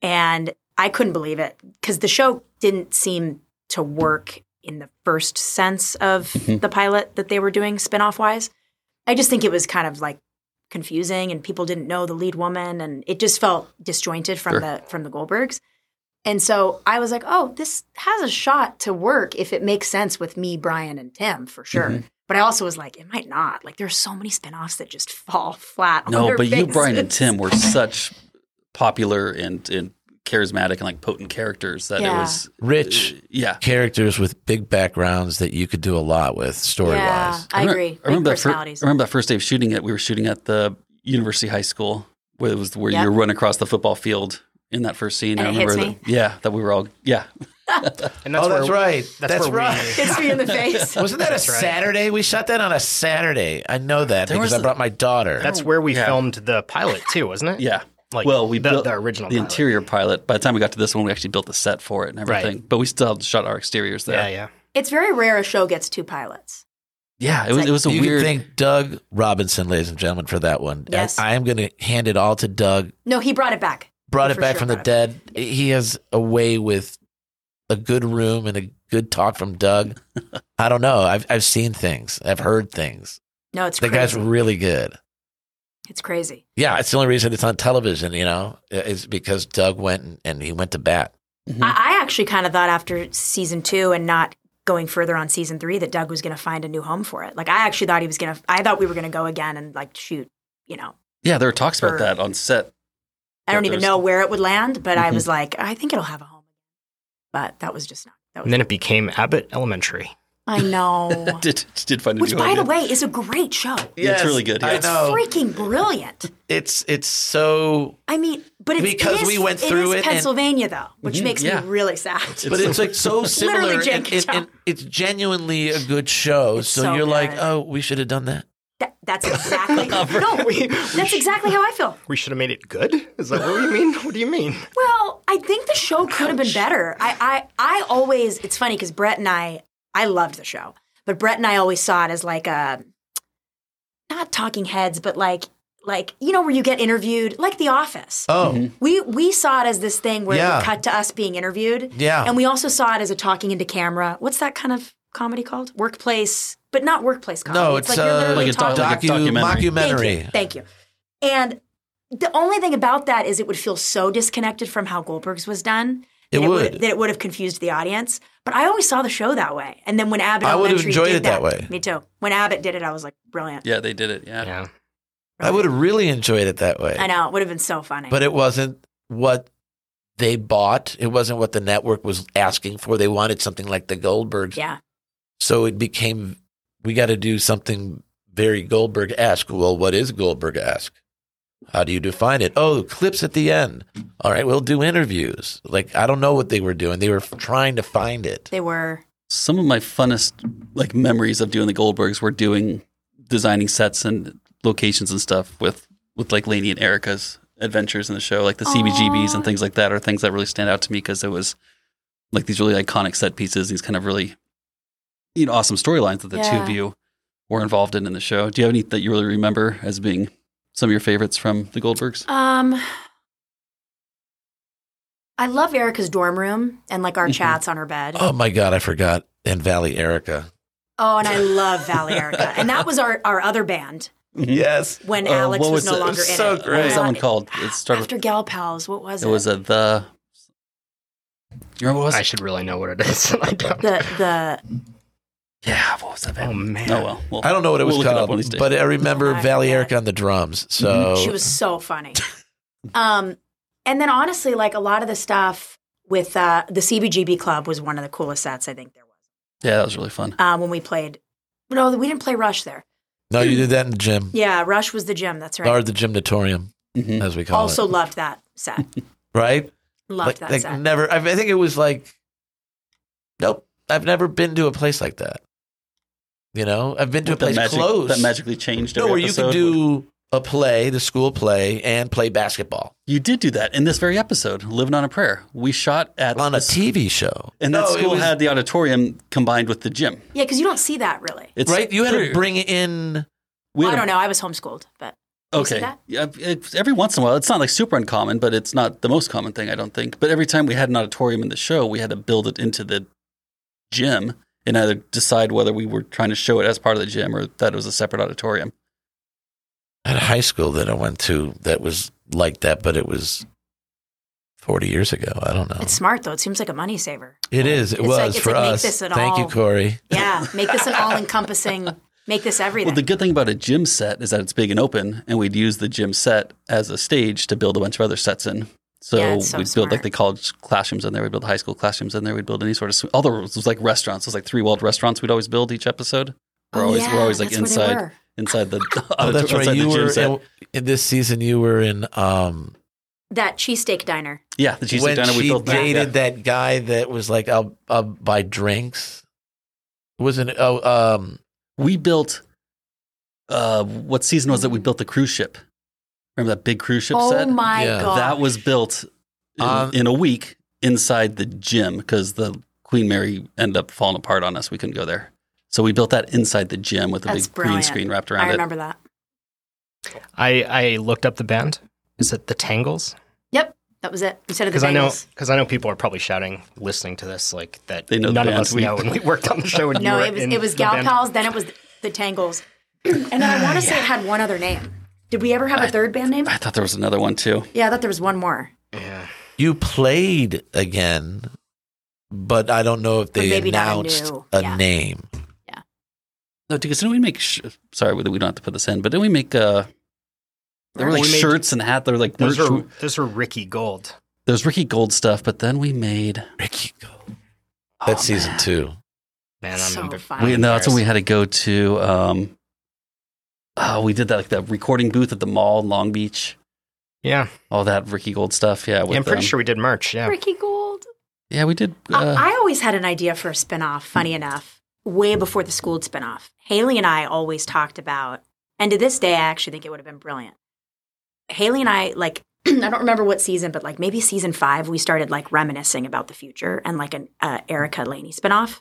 and I couldn't believe it because the show didn't seem to work in the first sense of Mhm. the pilot that they were doing spin-off wise. I just think it was kind of like confusing and people didn't know the lead woman and it just felt disjointed from Sure. the from the Goldbergs. And so I was like, "Oh, this has a shot to work if it makes sense with me, Brian and Tim for sure." Mhm. But I also was like, it might not. Like, there are so many spinoffs that just fall flat. on No, their but you, faces. Brian, and Tim were such popular and, and charismatic and like potent characters that Yeah. it was Rich yeah. characters with big backgrounds that you could do a lot with story Yeah, wise. I remember- agree. I remember, Big that fir- personalities. I remember that first day of shooting it. We were shooting at the University High School, where it was where Yep. you run across the football field in that first scene. I And it remember, hits that, yeah, that we were all yeah. And that's oh, where, that's right. That's, That's, where right. Hits me in the face. Wasn't that a That's right. Saturday? We shot that on a Saturday. I know that There because was I brought my daughter. we that's where we Yeah. filmed the pilot too, wasn't it? Yeah. Like, well, we the- built the original the pilot. interior pilot. By the time we got to this one, we actually built the set for it and Right. everything. But we still had shot our exteriors there. Yeah, yeah. It's very rare a show gets two pilots. Yeah, it was like- it was a you weird. can thank Doug Robinson, ladies and gentlemen, for that one. And Yes. I am going to hand it all to Doug. No, he brought it back. Brought He it for back sure from the brought it dead. He has a way with a good room and a good talk from Doug. I don't know. I've I've seen things. I've heard things. No, it's The guy's crazy. really good. it's crazy. Yeah, it's the only reason it's on television. You know, is because Doug went and, and he went to bat. Mhm. I, I actually kind of thought after season two and not going further on season three that Doug was going to find a new home for it. Like I actually thought he was going to. I thought we were going to go again and like shoot. You know, yeah, there were talks Or- about that on set. I don't That even there's- know where it would land, but I Mm-hmm. Mhm. was like, I think it'll have a home. But that was just not. That was. And then it became Abbott Elementary. I know. did did find a Which, new by the idea. way, is a great show. Yeah, it's really good. Yeah. I It's know. Freaking brilliant. It's it's so I mean, but it's, Because it is, we went it through is it and- Pennsylvania though, which Mhm, makes yeah. me really sad. but it's like so similar. Literally and, Jenkins and- and it's genuinely a good show. It's so, so you're like, good. oh, we should have done that. That- that's exactly no, that's exactly how I feel. We should have made it good. Is that what you mean? What do you mean? Well, I think the show could have been better. I, I, I always, it's funny because Brett and I, I loved the show, but Brett and I always saw it as like a, not talking heads, but like, like you know where you get interviewed, like The Office. Oh, We we saw it as this thing where Yeah. it would cut to us being interviewed. Yeah. And we also saw it as a talking into camera. What's that kind of comedy called? Workplace, but not workplace comedy. no, it's, like you're uh, literally Like a doc- talking. like a documentary. mockumentary. Thank you. Thank you. And the only thing about that is it would feel so disconnected from how Goldberg's was done. It that would. that it would have confused the audience. But I always saw the show that way. And then when Abbott I would have Elementary enjoyed did it that way. Me too. When Abbott did it, I was like, brilliant. yeah, they did it. Yeah. Yeah. I would have really enjoyed it that way. I know. It would have been so funny. But it wasn't what they bought. It wasn't what the network was asking for. They wanted something like the Goldbergs. yeah. So it became we got to do something very Goldberg esque. Well, what is Goldberg esque? How do you define it? Oh, clips at the end. All right, we'll do interviews. Like I don't know what they were doing. They were f- trying to find it. They were Some of my funnest like memories of doing the Goldbergs were doing designing sets and locations and stuff with with like Lainey and Erica's adventures in the show, like the CBGBs and things like that, are things that really stand out to me because it was like these really iconic set pieces, these kind of really you know awesome storylines that the two of Yeah. you were involved in in the show. Do you have any that you really remember as being some of your favorites from the Goldbergs? Um, I love Erica's dorm room and like our Mhm. chats on her bed. Oh, Mm-hmm. Oh my god, I forgot. And Valley Erica. and I love Valley Erica, and that was our, our other band Yes. when Uh, Alex what was, was no it? longer in So it. great. What was that one Uh, called? It started with- after Gal Pals. What was it? It was a the. Do you remember what it was? I should really know what it is. and I don't. the the yeah, what was that? oh band? man. Oh well, well I don't know what it was we'll look up called, one of these days. but I remember I Valley forgot. Erica on the drums. So Mm-hmm. Oh. she was so funny. um, and then honestly, like a lot of the stuff with uh, the CBGB club was one of the coolest sets I think there was yeah, that was really fun. uh, when we played. No, we didn't play Rush there. no, you did that in the gym Yeah, Rush was the gym. That's right. or the gymnatorium, Mhm. as we call Also it. loved that set. Right? Loved like, that like set. never. I, I think it was like, nope. I've never been to a place like that. You know, I've been to With that a place magic- close that magically changed. No, every where you could episode. do a play, the school play, and play basketball You did do that in this very episode, "Living on a Prayer." We shot at on the a s- TV show. and that No, it school was- had the auditorium combined with the gym. Yeah, because you don't see that really. It's right. You had pretty- to bring in. we I had a- don't know. I was homeschooled, but You see Okay. that? Yeah, it, every once in a while, it's not like super uncommon, but it's not the most common thing, I don't think. But every time we had an auditorium in the show, we had to build it into the gym and either decide whether we were trying to show it as part of the gym or that it was a separate auditorium. At a high school that I went to, that was like that, but it was forty years ago. I don't Oh. know. it's smart though. It seems like a money saver. It is. It It's was like- it's for like make us. this an Thank you, all- Corey. Yeah, make this an all-encompassing Make this everything. Well, the good thing about a gym set is that it's big and open, and we'd use the gym set as a stage to build a bunch of other sets in. So, Yeah, it's so we'd build smart. like the college classrooms in there, we'd build high school classrooms in there, we'd build any sort of sw- all the it was like restaurants. It was like three walled restaurants we'd always build each episode. We're Oh, always yeah, we're always like that's where they inside were. inside the Oh, that's outside right. the You gym were set. in, in this season. You were in um, That cheesesteak diner. yeah, the cheese when diner we she built that, yeah. dated that guy that was like, "I'll, I'll buy drinks." Wasn't it- oh um, we built uh what season was it we built the cruise ship remember that big cruise ship oh set my Yeah. god. that was built in, Uh, Um, in a week inside the gym because the queen mary ended up falling apart on us we couldn't go there so we built that inside the gym with a That's big green brilliant. screen wrapped around I it remember that. I, I looked up the band. Is it the Tangles? Yep, that was it. Instead of the Because I know Bengals. because I know people are probably shouting, listening to this, like that They know the none of band. us know. And we worked on the show. And you No, were it was in it was the Gal band. Pals. Then it was the Tangles, and then I want to say it had one other name. Did we ever have a third band name? i thought there was another one too Yeah, I thought there was one more. Yeah. you played again, but I don't know if they maybe not a announced new- a yeah. name. no because didn't we make sh- sorry we we don't have to put this in but didn't we make uh there were like We made- shirts and hat. There were like Those merch. are those are Ricky Gold. There's Ricky Gold stuff, but then we made. Ricky Oh, Gold. That's season two. Man, I'm So embar- funny. I'm We, no, that's when we embarrassed. had to go to. Um, oh, we did that like the recording booth at the mall in Long Beach. Yeah. All that Ricky Gold stuff. Yeah, Yeah, I'm pretty um, sure we did merch. Yeah. Ricky Gold. Yeah, we did. Uh, I, I always had an idea for a spinoff, Mm. funny enough, way before the school spinoff. Haley and I always talked about, and to this day, I actually think it would have been brilliant. Haley and I, like, I don't remember what season, but like maybe season five, we started like reminiscing about the future and like an uh, Erica Laney spinoff.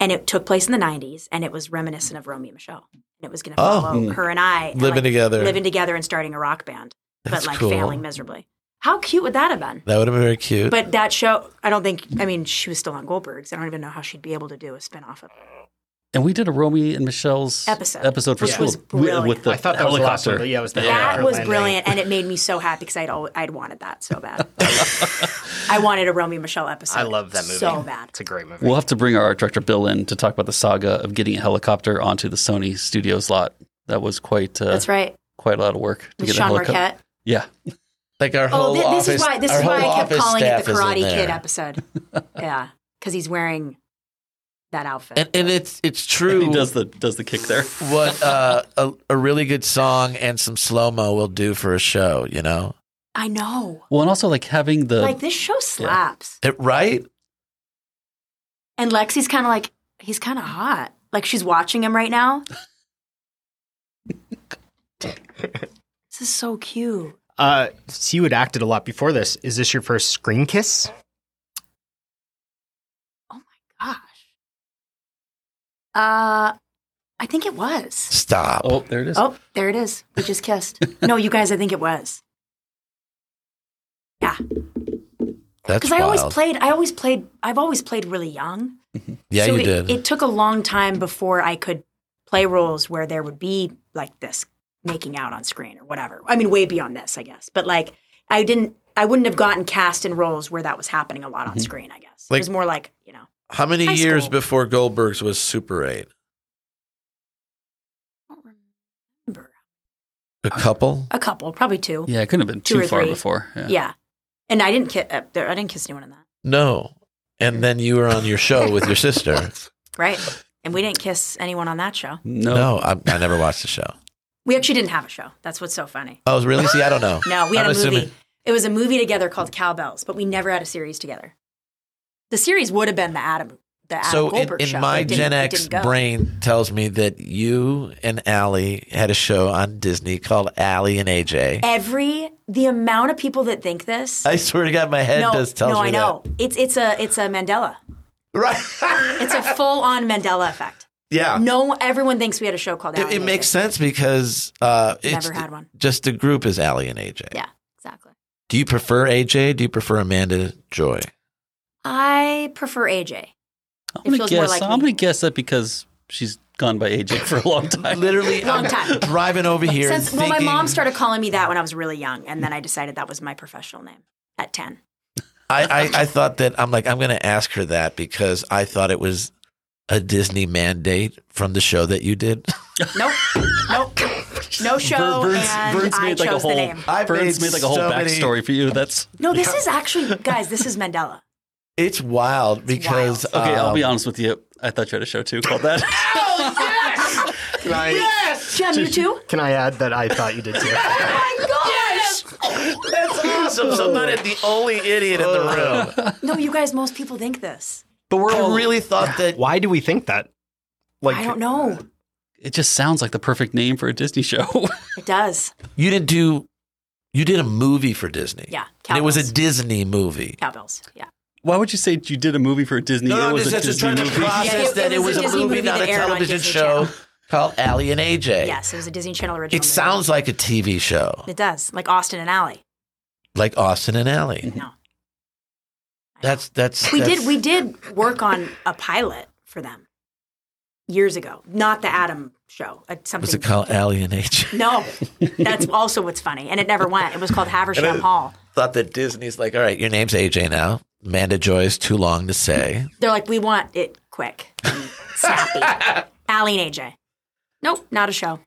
And it took place in the 90s and it was reminiscent of Romeo and Michelle. And it was going to Oh. follow her and I and, Living like, together. living together and starting a rock band, That's but like cool. failing miserably. How cute would that have been? That would have been very cute. But that show, I don't think, I mean, she was still on Goldberg's. I don't even know how she'd be able to do a spinoff of and we did a Romeo and Michelle's Episode, episode for which school was wi- brilliant. with the I thought that was the last helicopter. one, but yeah, it was the That helicopter was landing. brilliant, and it made me so happy because I'd, al- I'd wanted that so bad. I wanted a Romeo and Michelle episode. I love that movie. So bad. It's a great movie. We'll have to bring our art director Bill in to talk about the saga of getting a helicopter onto the Sony Studios lot. That was quite uh, That's right. quite a lot of work to With get a Sean helicopter. Marquette. Yeah, like our Oh, whole thi- office. this is why this our is why whole I kept office calling it staff the is in Karate Kid there. episode. yeah, because he's wearing that outfit. And, and it's it's true. he does the does the kick there. what uh, a, a really good song and some slow mo will do for a show, you know? I know. Well, and also like having the like this show slaps, It, right? and Lexi's kind of like he's kind of hot. Like she's watching him right now. this is so cute. Uh, so you had acted a lot before this. Is this your first screen kiss? Gosh. Uh, I think it was. Stop. oh, there it is. Oh, there it is. We just kissed. no, you guys, I think it was. Yeah, That's because I wild. always played. I always played. I've always played really young. yeah, so you it, did. It took a long time before I could play roles where there would be like this making out on screen or whatever. I mean, way beyond this, I guess. But like, I didn't. I wouldn't have gotten cast in roles where that was happening a lot on screen. I guess it Mm-hmm. Like- was more like you know. How many high years school. before Goldberg's was Super 8? A couple? A couple, probably two. Yeah, it couldn't have been Two too or far three. before. Yeah. Yeah. And I didn't kiss. Uh, there- I didn't kiss anyone in that, No. And then you were on your show with your sister. right? And we didn't kiss anyone on that show. No. No, I, I never watched the show. We actually didn't have a show. That's what's so funny. Oh, really? See, I don't know. No, we had I'm a movie. assuming- It was a movie together called Cowbells, but we never had a series together. The series would have been the Adam, the Adam So in, Goldberg show. in but my it didn't- Gen it X didn't go. brain tells me that you and Allie had a show on Disney called Allie and AJ. every the amount of people that think this. I swear to God, my head no, does tells no, me I know it's it's a it's a Mandela. that. Right? It's a full on Mandela effect. yeah. No, everyone thinks we had a show called. It, Allie it and makes AJ. sense because uh, it's Never had one. just the group is Allie and AJ. Yeah, exactly. Do you prefer AJ? Do you prefer Amanda Joy? I prefer AJ. I'm It gonna feels more guess. like I'm me. gonna guess that because she's gone by AJ for a long time. Literally, Long I'm time. driving over here. and Since, well, my thinking- mom started calling me that when I was really young, and then I decided that was my professional name at 10. I, I, I thought that I'm like I'm going to ask her that because I thought it was a Disney mandate from the show that you did. Nope. nope. No show. Vern's, and Vern's I made like chose a the whole. name. I've Vern's made made like a whole so many- backstory for you. That's No, this is actually, guys, this is Mandela. It's wild because okay. I'll be um, honest with you. I thought you had a show too called that. Oh, Can I, Jen, you too? can I add that I thought you did too? That's awesome. So I'm not the only idiot in the room. No, you guys, most people think this. but we're Oh. all I really thought that Why do we think that? Like, I don't know. It just sounds like the perfect name for a Disney show. It does. you didn't do. You did a movie for Disney. Yeah, and it was a Cowboys. Disney movie. Cowbells. Yeah. Why would you say you did a movie for Disney? No, no, it I'm was just, a that's just Disney trying to movie. process Yeah, it- that it it was was, a a Disney movie, movie not that a aired on television Disney show Channel. called Ally and AJ. Yes, it was a Disney Channel original. It movie. sounds like a TV show, It does. Like Austin and Alley. like Austin and Ally. No. That's that's Mm-hmm. We that's- did we did work on a pilot for them years ago. Not the Adam show. Uh, something Was it called Ally and AJ? No. That's also what's funny. And it never went. It was called Haversham Hall. Thought that Disney's like, all right, your name's AJ now. Amanda Joy is too long to say. They're like, we want it quick. and Snappy. Allie and AJ. Nope, not a show.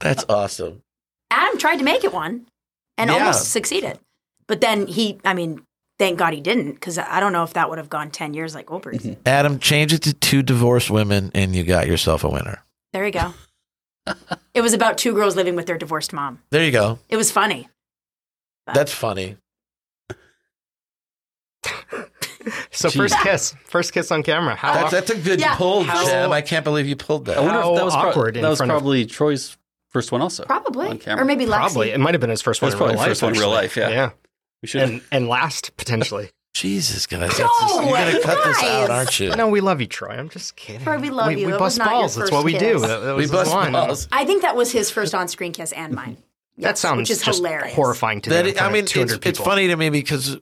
That's awesome. Adam tried to make it one and Yeah. almost succeeded. But then he, I mean, thank God he didn't because I don't know if that would have gone 10 years like Goldberg's. Adam, change it to two divorced women, and you got yourself a winner. There you go. it was about two girls living with their divorced mom. There you go. It was funny. That's funny. So first kiss, first kiss on camera. How That's, that's a good Yeah. Oh. pull, How- Jim. I can't believe you pulled that. I wonder How if that was pro- awkward in that was front of- probably Troy's first one, also. Probably. On camera. Or maybe Lexi. Probably. It might have been his first one That's in real probably life. his first one in real actually. life, yeah. We Yeah. should. And, and last, potentially. Jesus, guys, that's just- you're gonna cut this out, aren't you? no, we love you, Troy. I'm just kidding. Troy, we love we, you. We That was bust not your balls. That's first what we do. kiss. That, that we was bust one. balls. I think that was his first on screen kiss and mine. Mm-hmm. That Yes, sounds which is just hilarious. horrifying to me. That in is- front I of mean, it's, 200 it's people. funny to me because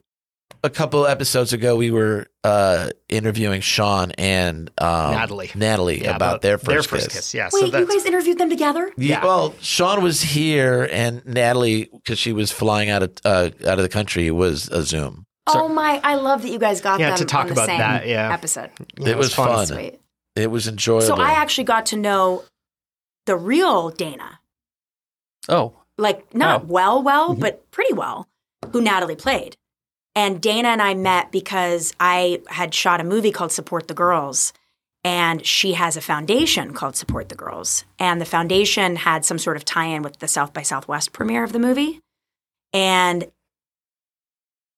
a couple episodes ago we were uh, interviewing Sean and um, Natalie. Natalie Yeah, about, their first, their first kiss. kiss. Yeah. Wait, so that's you guys interviewed them together? Yeah. Yeah. Well, Sean was here, and Natalie, because she was flying out of uh, out of the country, was a Zoom. Oh my! I love that you guys got Yeah, them to talk on the about same that, yeah. episode. Yeah, it was fun. Sweet. It was enjoyable. So I actually got to know the real Dana, Oh, like not Oh. well, well, but pretty well, who Natalie played. And Dana and I met because I had shot a movie called Support the Girls, and she has a foundation called Support the Girls, and the foundation had some sort of tie-in with the South by Southwest premiere of the movie, and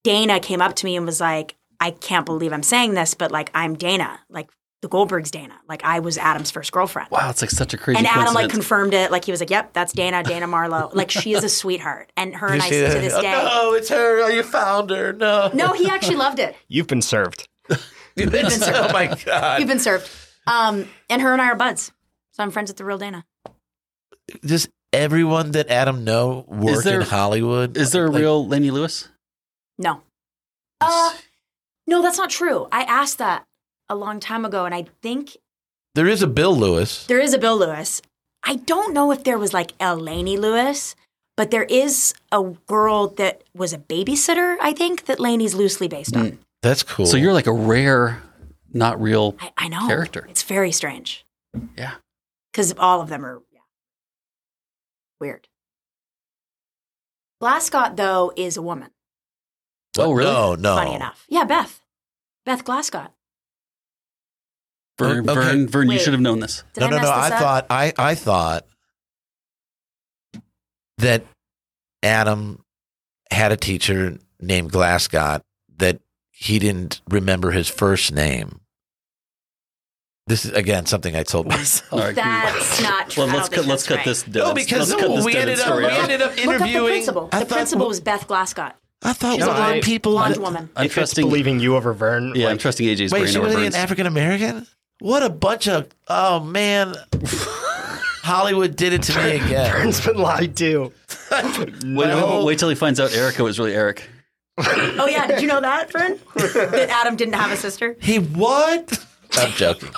Dana came up to me and was like, I can't believe I'm saying this, but like, I'm Dana, like the Goldberg's Dana. Like, I was Adam's first girlfriend. wow, it's like such a crazy. And Adam like coincidence. confirmed it. Like he was like, "Yep, that's Dana, Dana Marlowe. Like she is a sweetheart." And her and I to this Oh, day. no, it's her. Oh, you found her. No. No, he actually loved it. You've been served. oh my god. You've been served. Um, and her and I are buds, so I'm friends with the real Dana. Does everyone that Adam know work there- in Hollywood? Is there a Like, real Laney Lewis? No, uh, no, that's not true. I asked that a long time ago, and I think There is a Bill Lewis. There is a Bill Lewis. I don't know if there was like Elaney Lewis, but there is a girl that was a babysitter, I think, that Laney's loosely based on. That's cool. So you're like a rare, not real. I, I know. Character. It's very strange. Yeah. Because all of them are yeah. weird. Glascott, though, is a woman, Oh, really? No, no. funny enough. Yeah, Beth. Beth Glascott. Vern, Okay. Vern, Vern, you Wait. should have known this. Did no, I no, mess no. this I up? thought I, I thought that Adam had a teacher named Glascott that he didn't remember his first name. This is again something I told myself. All right, That's not true. Well, let's cut. Let's cut this. Dead, No, because let's cut this we dead ended up story we out. ended Look up up the interviewing. principal. I The thought- principal was Beth Glascott, I thought She's one of alive. the people. blonde that- woman. I'm if it's trusting. believing you over Vern, yeah, I'm like, trusting AJ's Wait, brain she over really an Vern's. African American? What a bunch of oh man! Hollywood did it to me again. Vern's been lied to. Wait, wait, No. wait, wait till he finds out Erica was really Eric. Oh yeah, did you know that, Fern? that Adam didn't have a sister. He what? I'm joking.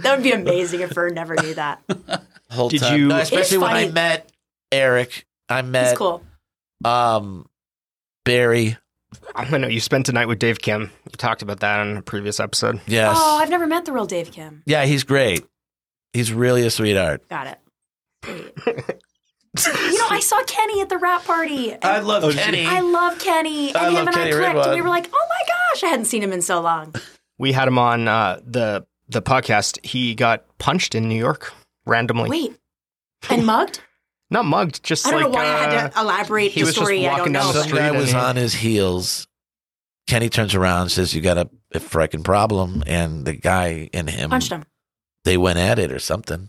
That would be amazing if Fern never knew that. whole Did time. you- No, It is especially when I funny. met Eric, I It's met cool. um Barry. I know you spent a night with Dave Kim. You talked about that on a previous episode. Yes. Oh, I've never met the real Dave Kim. yeah, he's great. He's really a sweetheart. Got it. Wait. you know, I saw Kenny at the rap party. And I love Kenny. I love Kenny. And I him love and Kenny I clicked. And we Redwad. were like, oh my gosh, I hadn't seen him in so long. We had him on uh, the the podcast. He got punched in New York randomly. Wait. And mugged? Not mugged, just I don't like know why I uh, had to elaborate he the was just story. I walking don't down know. the Some street guy and was he- on his heels. Kenny turns around and says, "You got a, a frickin' problem," and the guy and him Punched him. they went at it or something.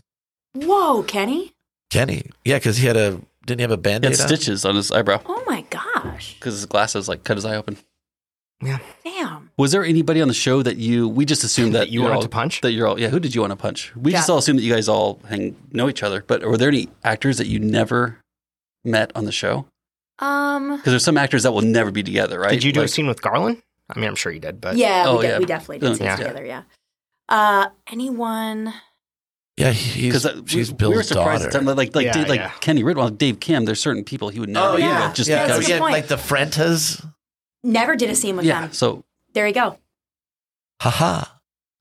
Whoa, Kenny. Kenny, yeah, because he had a didn't he have a He band-aid had on? stitches on his eyebrow Oh my gosh. because his glasses like cut his eye open. Damn. Was there anybody on the show that you? We just assumed that, That you you're wanted all- to punch? That you're all. Yeah, who did you want to punch? We just Yeah. all assumed that you guys all hang know each other. But were there any actors that you never met on the show? Um. Because there's some actors that will never be together, right? Did you do a Like, scene with Garland? I mean, I'm sure you did, but Yeah, Oh, we, did, yeah. we definitely did see Yeah. together. Yeah. Uh, anyone? Yeah, he's that- she's uh, we, Bill's we were surprised daughter. at time, like like Yeah, Dave, like yeah. Kenny Ridwell, Dave Kim. There's certain people he would never. Oh, meet yeah. just yeah, that's because. the yeah, point. like the Frentas. Never did a scene with yeah, them. so There you go. Haha.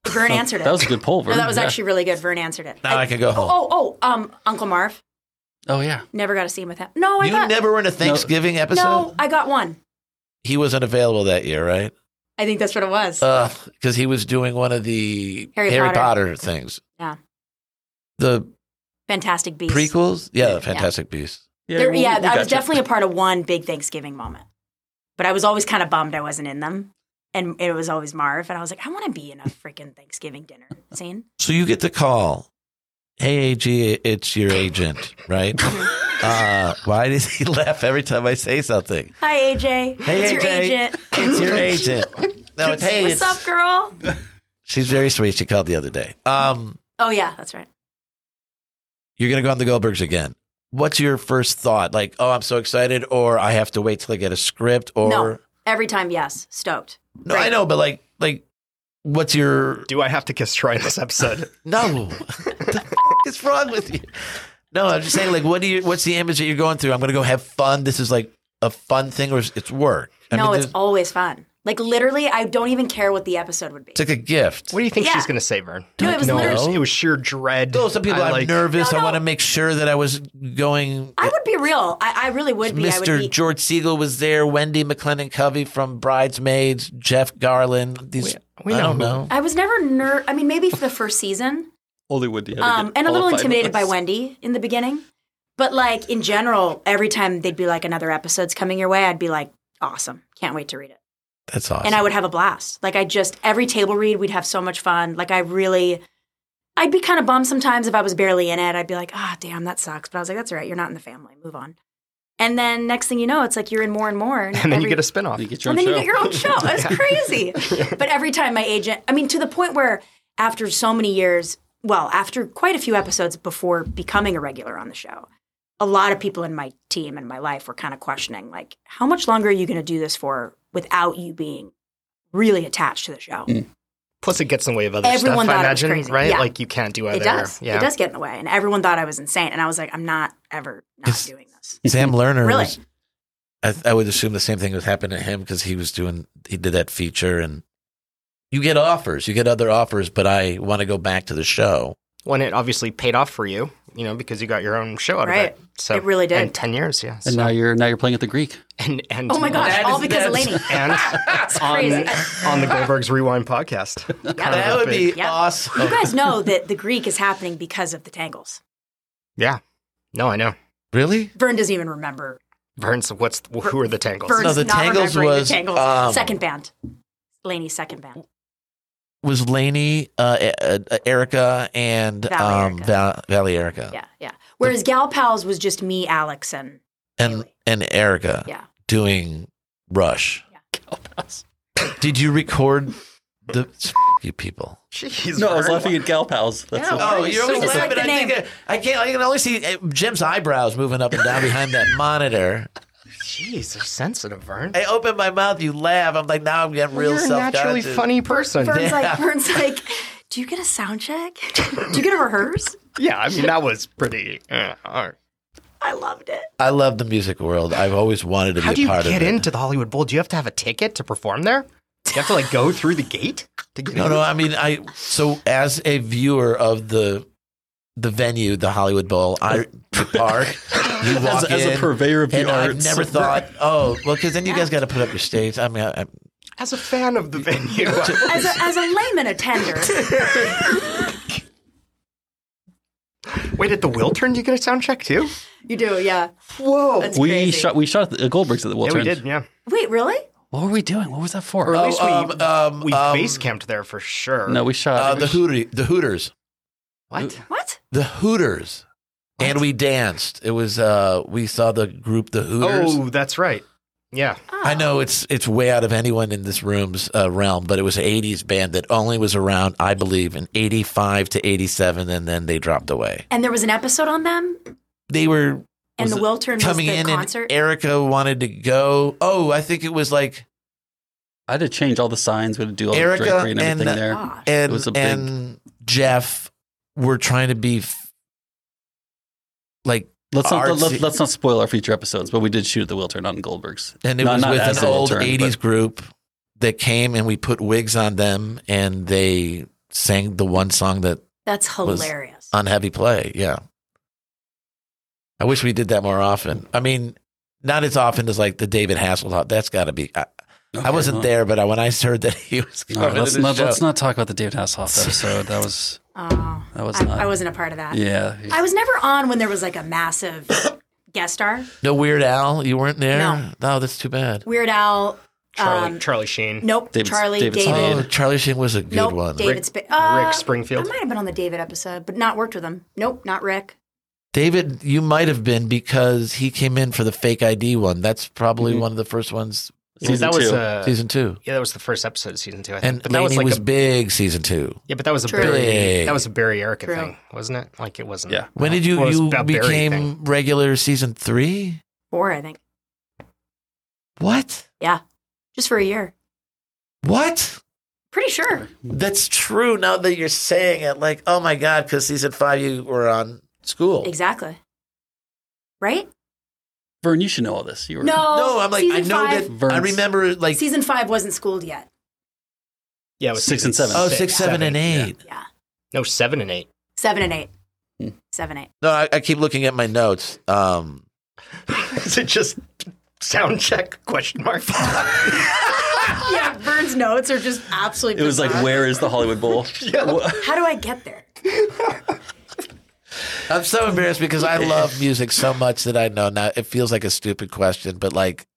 Vern answered it. that was a good poll. no, that was Vern. Yeah. actually really good. Vern answered it. Now I can go home. Oh, oh, oh, um, Uncle Marv. Oh yeah, Never got a scene with him. No, I you got never were in a Thanksgiving episode. no. I got one. He wasn't available that year, right? I think that's what it was. because he was doing one of the Harry Harry, Potter. Potter. things. Yeah. The Fantastic Beasts. prequels, yeah, the Yeah. Fantastic Beasts. yeah, There- we- yeah, we I was gotcha. definitely a part of one big Thanksgiving moment, but I was always kind of bummed I wasn't in them, and it was always Marv, and I was like, I want to be in a freaking Thanksgiving dinner scene. So you get the call, hey AG, it's your agent, right? uh, why does he laugh every time I say something? Hi, AJ. Hey, it's your AJ. agent. It's your agent. No, it's hey, What's it's, up, girl? she's very sweet. She called the other day. Um, Oh yeah, that's right. you're gonna go on the Goldbergs again. What's your first thought? Like, oh, I'm so excited, or I have to wait till I get a script, or No. Every time, yes, stoked. No, Right. I know, but like, like, what's your do I have to kiss Troy in this episode? no? what the f- is wrong with you? No, I'm just saying, like, what do you? What's the image that you're going through? I'm going to go have fun. This is like a fun thing, or is- it's work. I no, mean, it's there's- always fun. Like literally, I don't even care what the episode would be. it's like a gift. What do you think Yeah. she's going to say, Vern? No, it was it was, literally- it was sheer dread. Oh, some people I I'm like- nervous. No, I want no. to make sure that I was going. I would be real. I, I really would be. I Mr. would be. George Siegel was there. Wendy McClendon Covey from Bridesmaids. Jeff Garland. These We- we I don't know know. I was never ner. I mean, maybe for the first season, Only Wendy had to um, get and a little all five of intimidated by us. Wendy in the beginning. But like in general, every time they'd be like another episode's coming your way, I'd be like, awesome, can't wait to read it. That's awesome. and I would have a blast. Like I just every table read, we'd have so much fun. Like I really, I'd be kind of bummed sometimes if I was barely in it. I'd be like, ah, damn, that sucks. But I was like, that's all right. You're not in the family. Move on. And then next thing you know, it's like you're in more and more. And then every- you get a spinoff. You get your and own then you show. get your own show. It's crazy. But every time my agent, I mean, to the point where after so many years, well, after quite a few episodes before becoming a regular on the show, a lot of people in my team and my life were kind of questioning, like, how much longer are you going to do this for without you being really attached to the show? Mm. Plus, it gets in the way of other Everyone stuff. I thought it was imagine, crazy. right? Yeah. Like you can't do other. It does. Yeah. It does get in the way. And everyone thought I was insane. And I was like, I'm not ever not It's- doing this. Sam Lerner Really? was- I, I would assume the same thing was happening to him because he was doing he did that feature and you get offers, you get other offers, but I want to go back to the show. When it obviously paid off for you, you know, because you got your own show out Right. of it. So It really did. And ten years, yeah. And So- now you're now you're playing at the Greek. and, and Oh my gosh, that all is- because of that's- Lainey. And That's crazy. on, on the Goldbergs Rewind podcast. Kind of That a would be big- Yeah. awesome. You guys know that the Greek is happening because of the tangles. Yeah. No, I know. really? Vern doesn't even remember Vern's what's who are the tangles? Vern's No, the not Tangles remembering was, the Tangles. um, second band. Laney's second band. Was Lainey, uh, E- uh, Erica, and Valley um, Erica. Val- Valley Erica, Yeah, yeah. Whereas Gal Pals was just me, Alex, and and Haley. and Erica Yeah. doing Rush? Yeah. Did you record the you people? Jeez, No, I was Vern. laughing at gal pals. That's Yeah. what- Oh, Why you're do you always suspect laughing. the I, think I, I can't. I can only see uh, Jim's eyebrows moving up and down behind that monitor. Jeez, they're sensitive, Vern. I open my mouth, you laugh. I'm like, now I'm getting real You're a self naturally conscious. funny person. Vern's like, Vern's like, do you get a sound check? do you get a rehearse? Yeah, I mean that was pretty. Uh, all right. I loved it. I love the music world. I've always wanted to be How a do you part get of it. into the Hollywood Bowl? Do you have to have a ticket to perform there? Do you have to like go through the gate to get no, in? no. I mean, I so as a viewer of the the venue, the Hollywood Bowl, I the park. You As, walk a- as a in, purveyor of the and arts, I've never thought, oh, well, because then you guys got to put up your stage. I mean, I, I, As a fan of the venue, As a, as a layman attender, wait at the Wiltern, you get a sound check too? you do, yeah. Whoa! That's we crazy. shot we shot at the uh, Goldbergs at the yeah, Wiltern. we did. Yeah, Wait, really? What were we doing? What was that for? or at least we um, um, we um, base camped there for sure. no, we shot uh, the Hooter, the Hooters, what? What? the Hooters, and we danced. It was uh, we saw the group, the Hooters. Oh, that's right. Yeah, Ah. I know it's it's way out of anyone in this room's uh, realm, but it was an '80s band that only was around, I believe, in '85 to '87, and then they dropped away. And there was an episode on them, They were and Was the it Wiltern was coming the in, concert. and Erica wanted to go. Oh, I think it was like I had to change all the signs. We had to do all Erica the drapery and everything and, uh, there. Gosh. It and was a big- and Jeff were trying to be f- like, Let's not, artsy. let, us not spoil our future episodes, but we did shoot at the Wiltern, not in Goldbergs. and it Not- was not with as an a old turn, but- '80s group that came, and we put wigs on them, and they sang the one song that That's was- hilarious. on heavy play. Yeah. I wish we did that more often. I mean, not as often as like the David Hasselhoff. That's got to be. I, I wasn't there, but I, when I heard that he was No, coming let's to the not show, let's not talk about the David Hasselhoff episode. That was oh, that was I, not. I wasn't a part of that. yeah, I was never on when there was like a massive guest star. no Weird Al. You weren't there. No. that's too bad. Weird Al. Charlie, Um, Charlie Sheen, Nope. David- Charlie. David David. Spade. Oh, Charlie Sheen was a good nope. one. David. Rick- Spa- uh, Rick Springfield. I might have been on the David episode, but not worked with him. Nope. Not Rick. David, you might have been because he came in for the fake ID one. That's probably Mm-hmm. one of the first ones, season that two. was uh, season two. yeah, that was the first episode of season two. I think. And but that Laney was was, like a, big season two. yeah, but that was a True. Big. Barry that was a Barry Erica True. thing, wasn't it? Like it wasn't. Yeah. When did you Well, it was you a Barry thing. became regular season three? Four, I think. What? Yeah. Just for a year. What? Pretty sure. That's true. Now that you're saying it, like, oh my god, because season five you were on school. Exactly. Right? Vern, you should know all this. You were No. No, I'm like, I Oh, season know five, that. I Verne's- remember like season five wasn't schooled yet. yeah, it was Six and season seven. oh six, seven, and yeah. eight. Yeah. No, seven and eight. Seven and eight. Hmm. Seven, eight. No, I, I keep looking at my notes. Um, Is it just sound check question mark? yeah, Vern's notes are just absolutely. It was like, bizarre. where is the Hollywood Bowl? Wha- How do I get there? I'm so embarrassed because I love music so much that I know now. It feels like a stupid question, but like,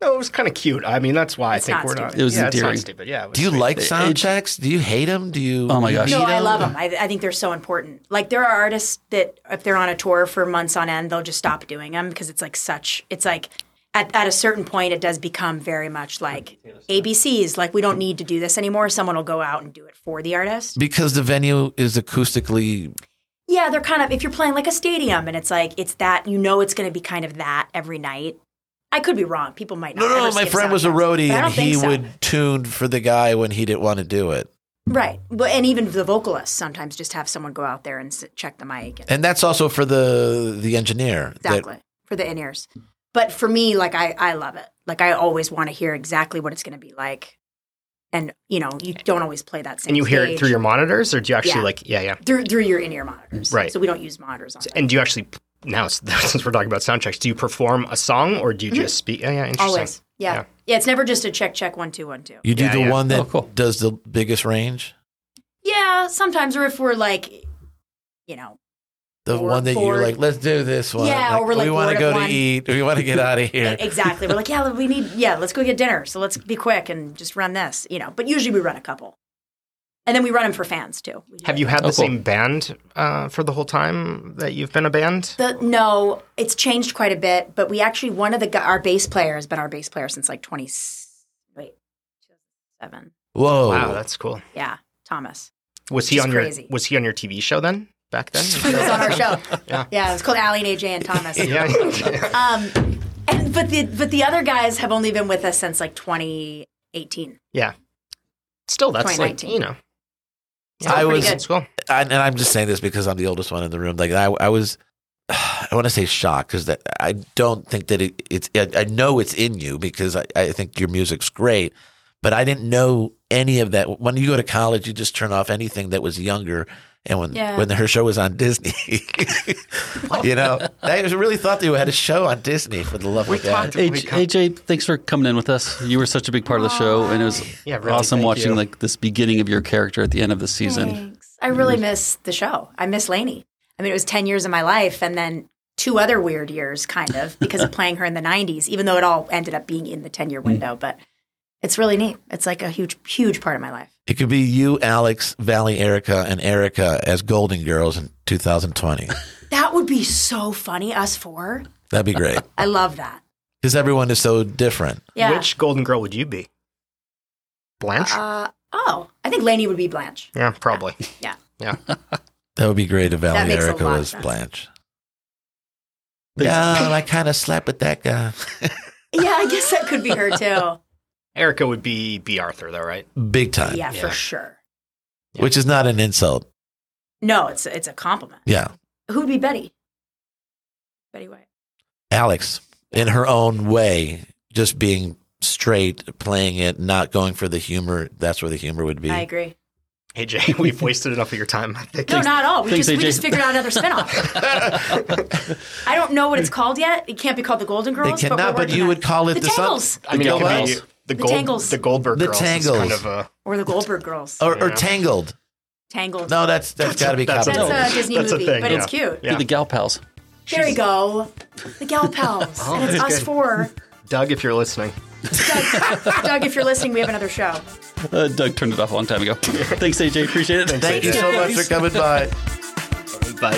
no, it was kind of cute. I mean, that's why It's I think not we're stupid. not. It was yeah, it's endearing. not stupid. Yeah. it was do you sweet. like It- sound it- checks? Do you hate them? Do you? Oh my gosh. No, beat I 'em? love them. I, I think they're so important. Like there are artists that if they're on a tour for months on end, they'll just stop doing them because it's like such. It's like at, at a certain point, it does become very much like ABCs. Like we don't need to do this anymore. Someone will go out and do it for the artist. Because the venue is acoustically Yeah, they're kind of if you're playing like a stadium and it's like it's that you know it's going to be kind of that every night. I could be wrong. People might not. No, no, ever no. My skip friend was a soundtracks, roadie, but I and don't think he so. would tune for the guy when he didn't want to do it. right. But and even the vocalists sometimes just have someone go out there and s check the mic. And, And that's also for the the engineer. that- exactly for the in ears. But for me, like I, I love it. Like I always want to hear exactly what it's going to be like, and you know, you don't always play that same. And you hear it stage. through your monitors, or do you actually Yeah. like? Yeah, yeah. through through your in ear monitors, Right. So we don't use monitors on. it. And do you actually now since we're talking about sound checks, do you perform a song or do you just speak? Oh, yeah, interesting. Mm-hmm. Always, yeah. yeah, Yeah. It's never just a check, check, one, two, one, two. you do Yeah, the yeah. one that Oh, cool. does the biggest range, Yeah, sometimes, or if we're like, you know, the Or one that for- you're like, let's do this one. Yeah, or we're like, we want bored to of go one. to eat, or we want to get out of here. e, exactly. We're like, yeah, we need, yeah, let's go get dinner. So let's be quick and just run this, you know. But usually we run a couple, and then we run them for fans too. We do Have it. you had Oh, the cool. same band uh, for the whole time that you've been a band? The, no, it's changed quite a bit, but we actually one of the gu- our bass player has been our bass player since like twenty wait seven. Oh. Whoa! Wow, that's cool. Yeah, Thomas. Was he Just on crazy. your Was he on your TV show then? Back then? He was on our show. Yeah. yeah, it was called Allie and AJ and Thomas. yeah. Um, and but the but the other guys have only been with us since like twenty eighteen. yeah. Still, that's like 2019. you know. Still I pretty was- good. That's cool. I, and I'm just saying this because I'm the oldest one in the room. Like I, I was, I want to say shocked because that I don't think that it, it's. I, I know it's in you because I, I think your music's great, but I didn't know any of that. When you go to college, you just turn off anything that was younger And when Yeah. when her show was on Disney, you know, I really thought they had a show on Disney for the love We of God. talked- Hey, we J- come- hey, Jay, thanks for coming in with us. You were such a big part of the show, and it was Yeah, really, awesome thank watching you. like this beginning of your character at the end of the season. Thanks. I really Mm-hmm. miss the show. I miss Lainey. I mean, it was 10 years of my life and then two other weird years, kind of, because of playing her in the 90s, even though it all ended up being in the 10 Mm-hmm. year window. But it's really neat. It's like a huge, huge part of my life. It could be you, Alex, Valley, Erica, and Erica as Golden Girls in 2020. That would be so funny, us four. That'd be great I love that. because everyone is so different. Yeah. Which golden girl would you be? Blanche? Uh, oh, I think Lainey would be Blanche. yeah, probably. Yeah. Yeah. That would be great if Valley makes a Erica lot of was sense. Blanche. Thanks. Yeah, I kind of slept with that guy. Yeah, I guess that could be her Uh, too. Erica would be B. Arthur, though, right? Big time, Yeah, Yeah. for sure. which is not an insult. No, it's it's a compliment. Yeah. Who would be Betty? Betty White. Alex, in her own way, just being straight, playing it, not going for the humor. That's where the humor would be. I agree. Hey, Jay, we've wasted enough of your time. I think. No, not at all. We thanks, just we AJ. just figured out another spinoff. I don't know what it's called yet. It can't be called the Golden Girls. it cannot, but, but, we're working you on would call it the the, sun- Tangles I mean, You it know could be what? The the, Gold, Tangles. the Goldberg The girls Tangles. is kind of uh, a or the Goldberg Girls. or, or Yeah. Tangled. Tangled. Oh. No, that's that's got to be that's a- copyrighted. That's a Disney That's a movie, thing, but it's yeah. cute. Be Yeah. the gal pals. There you go. The Gal Pals. and it's Oh, that's us good. four. Doug, if you're listening, Doug, Doug, if you're listening, we have another show. Uh, Doug turned it off a long time ago. thanks, AJ. Appreciate it. Thank you so much for coming by. bye.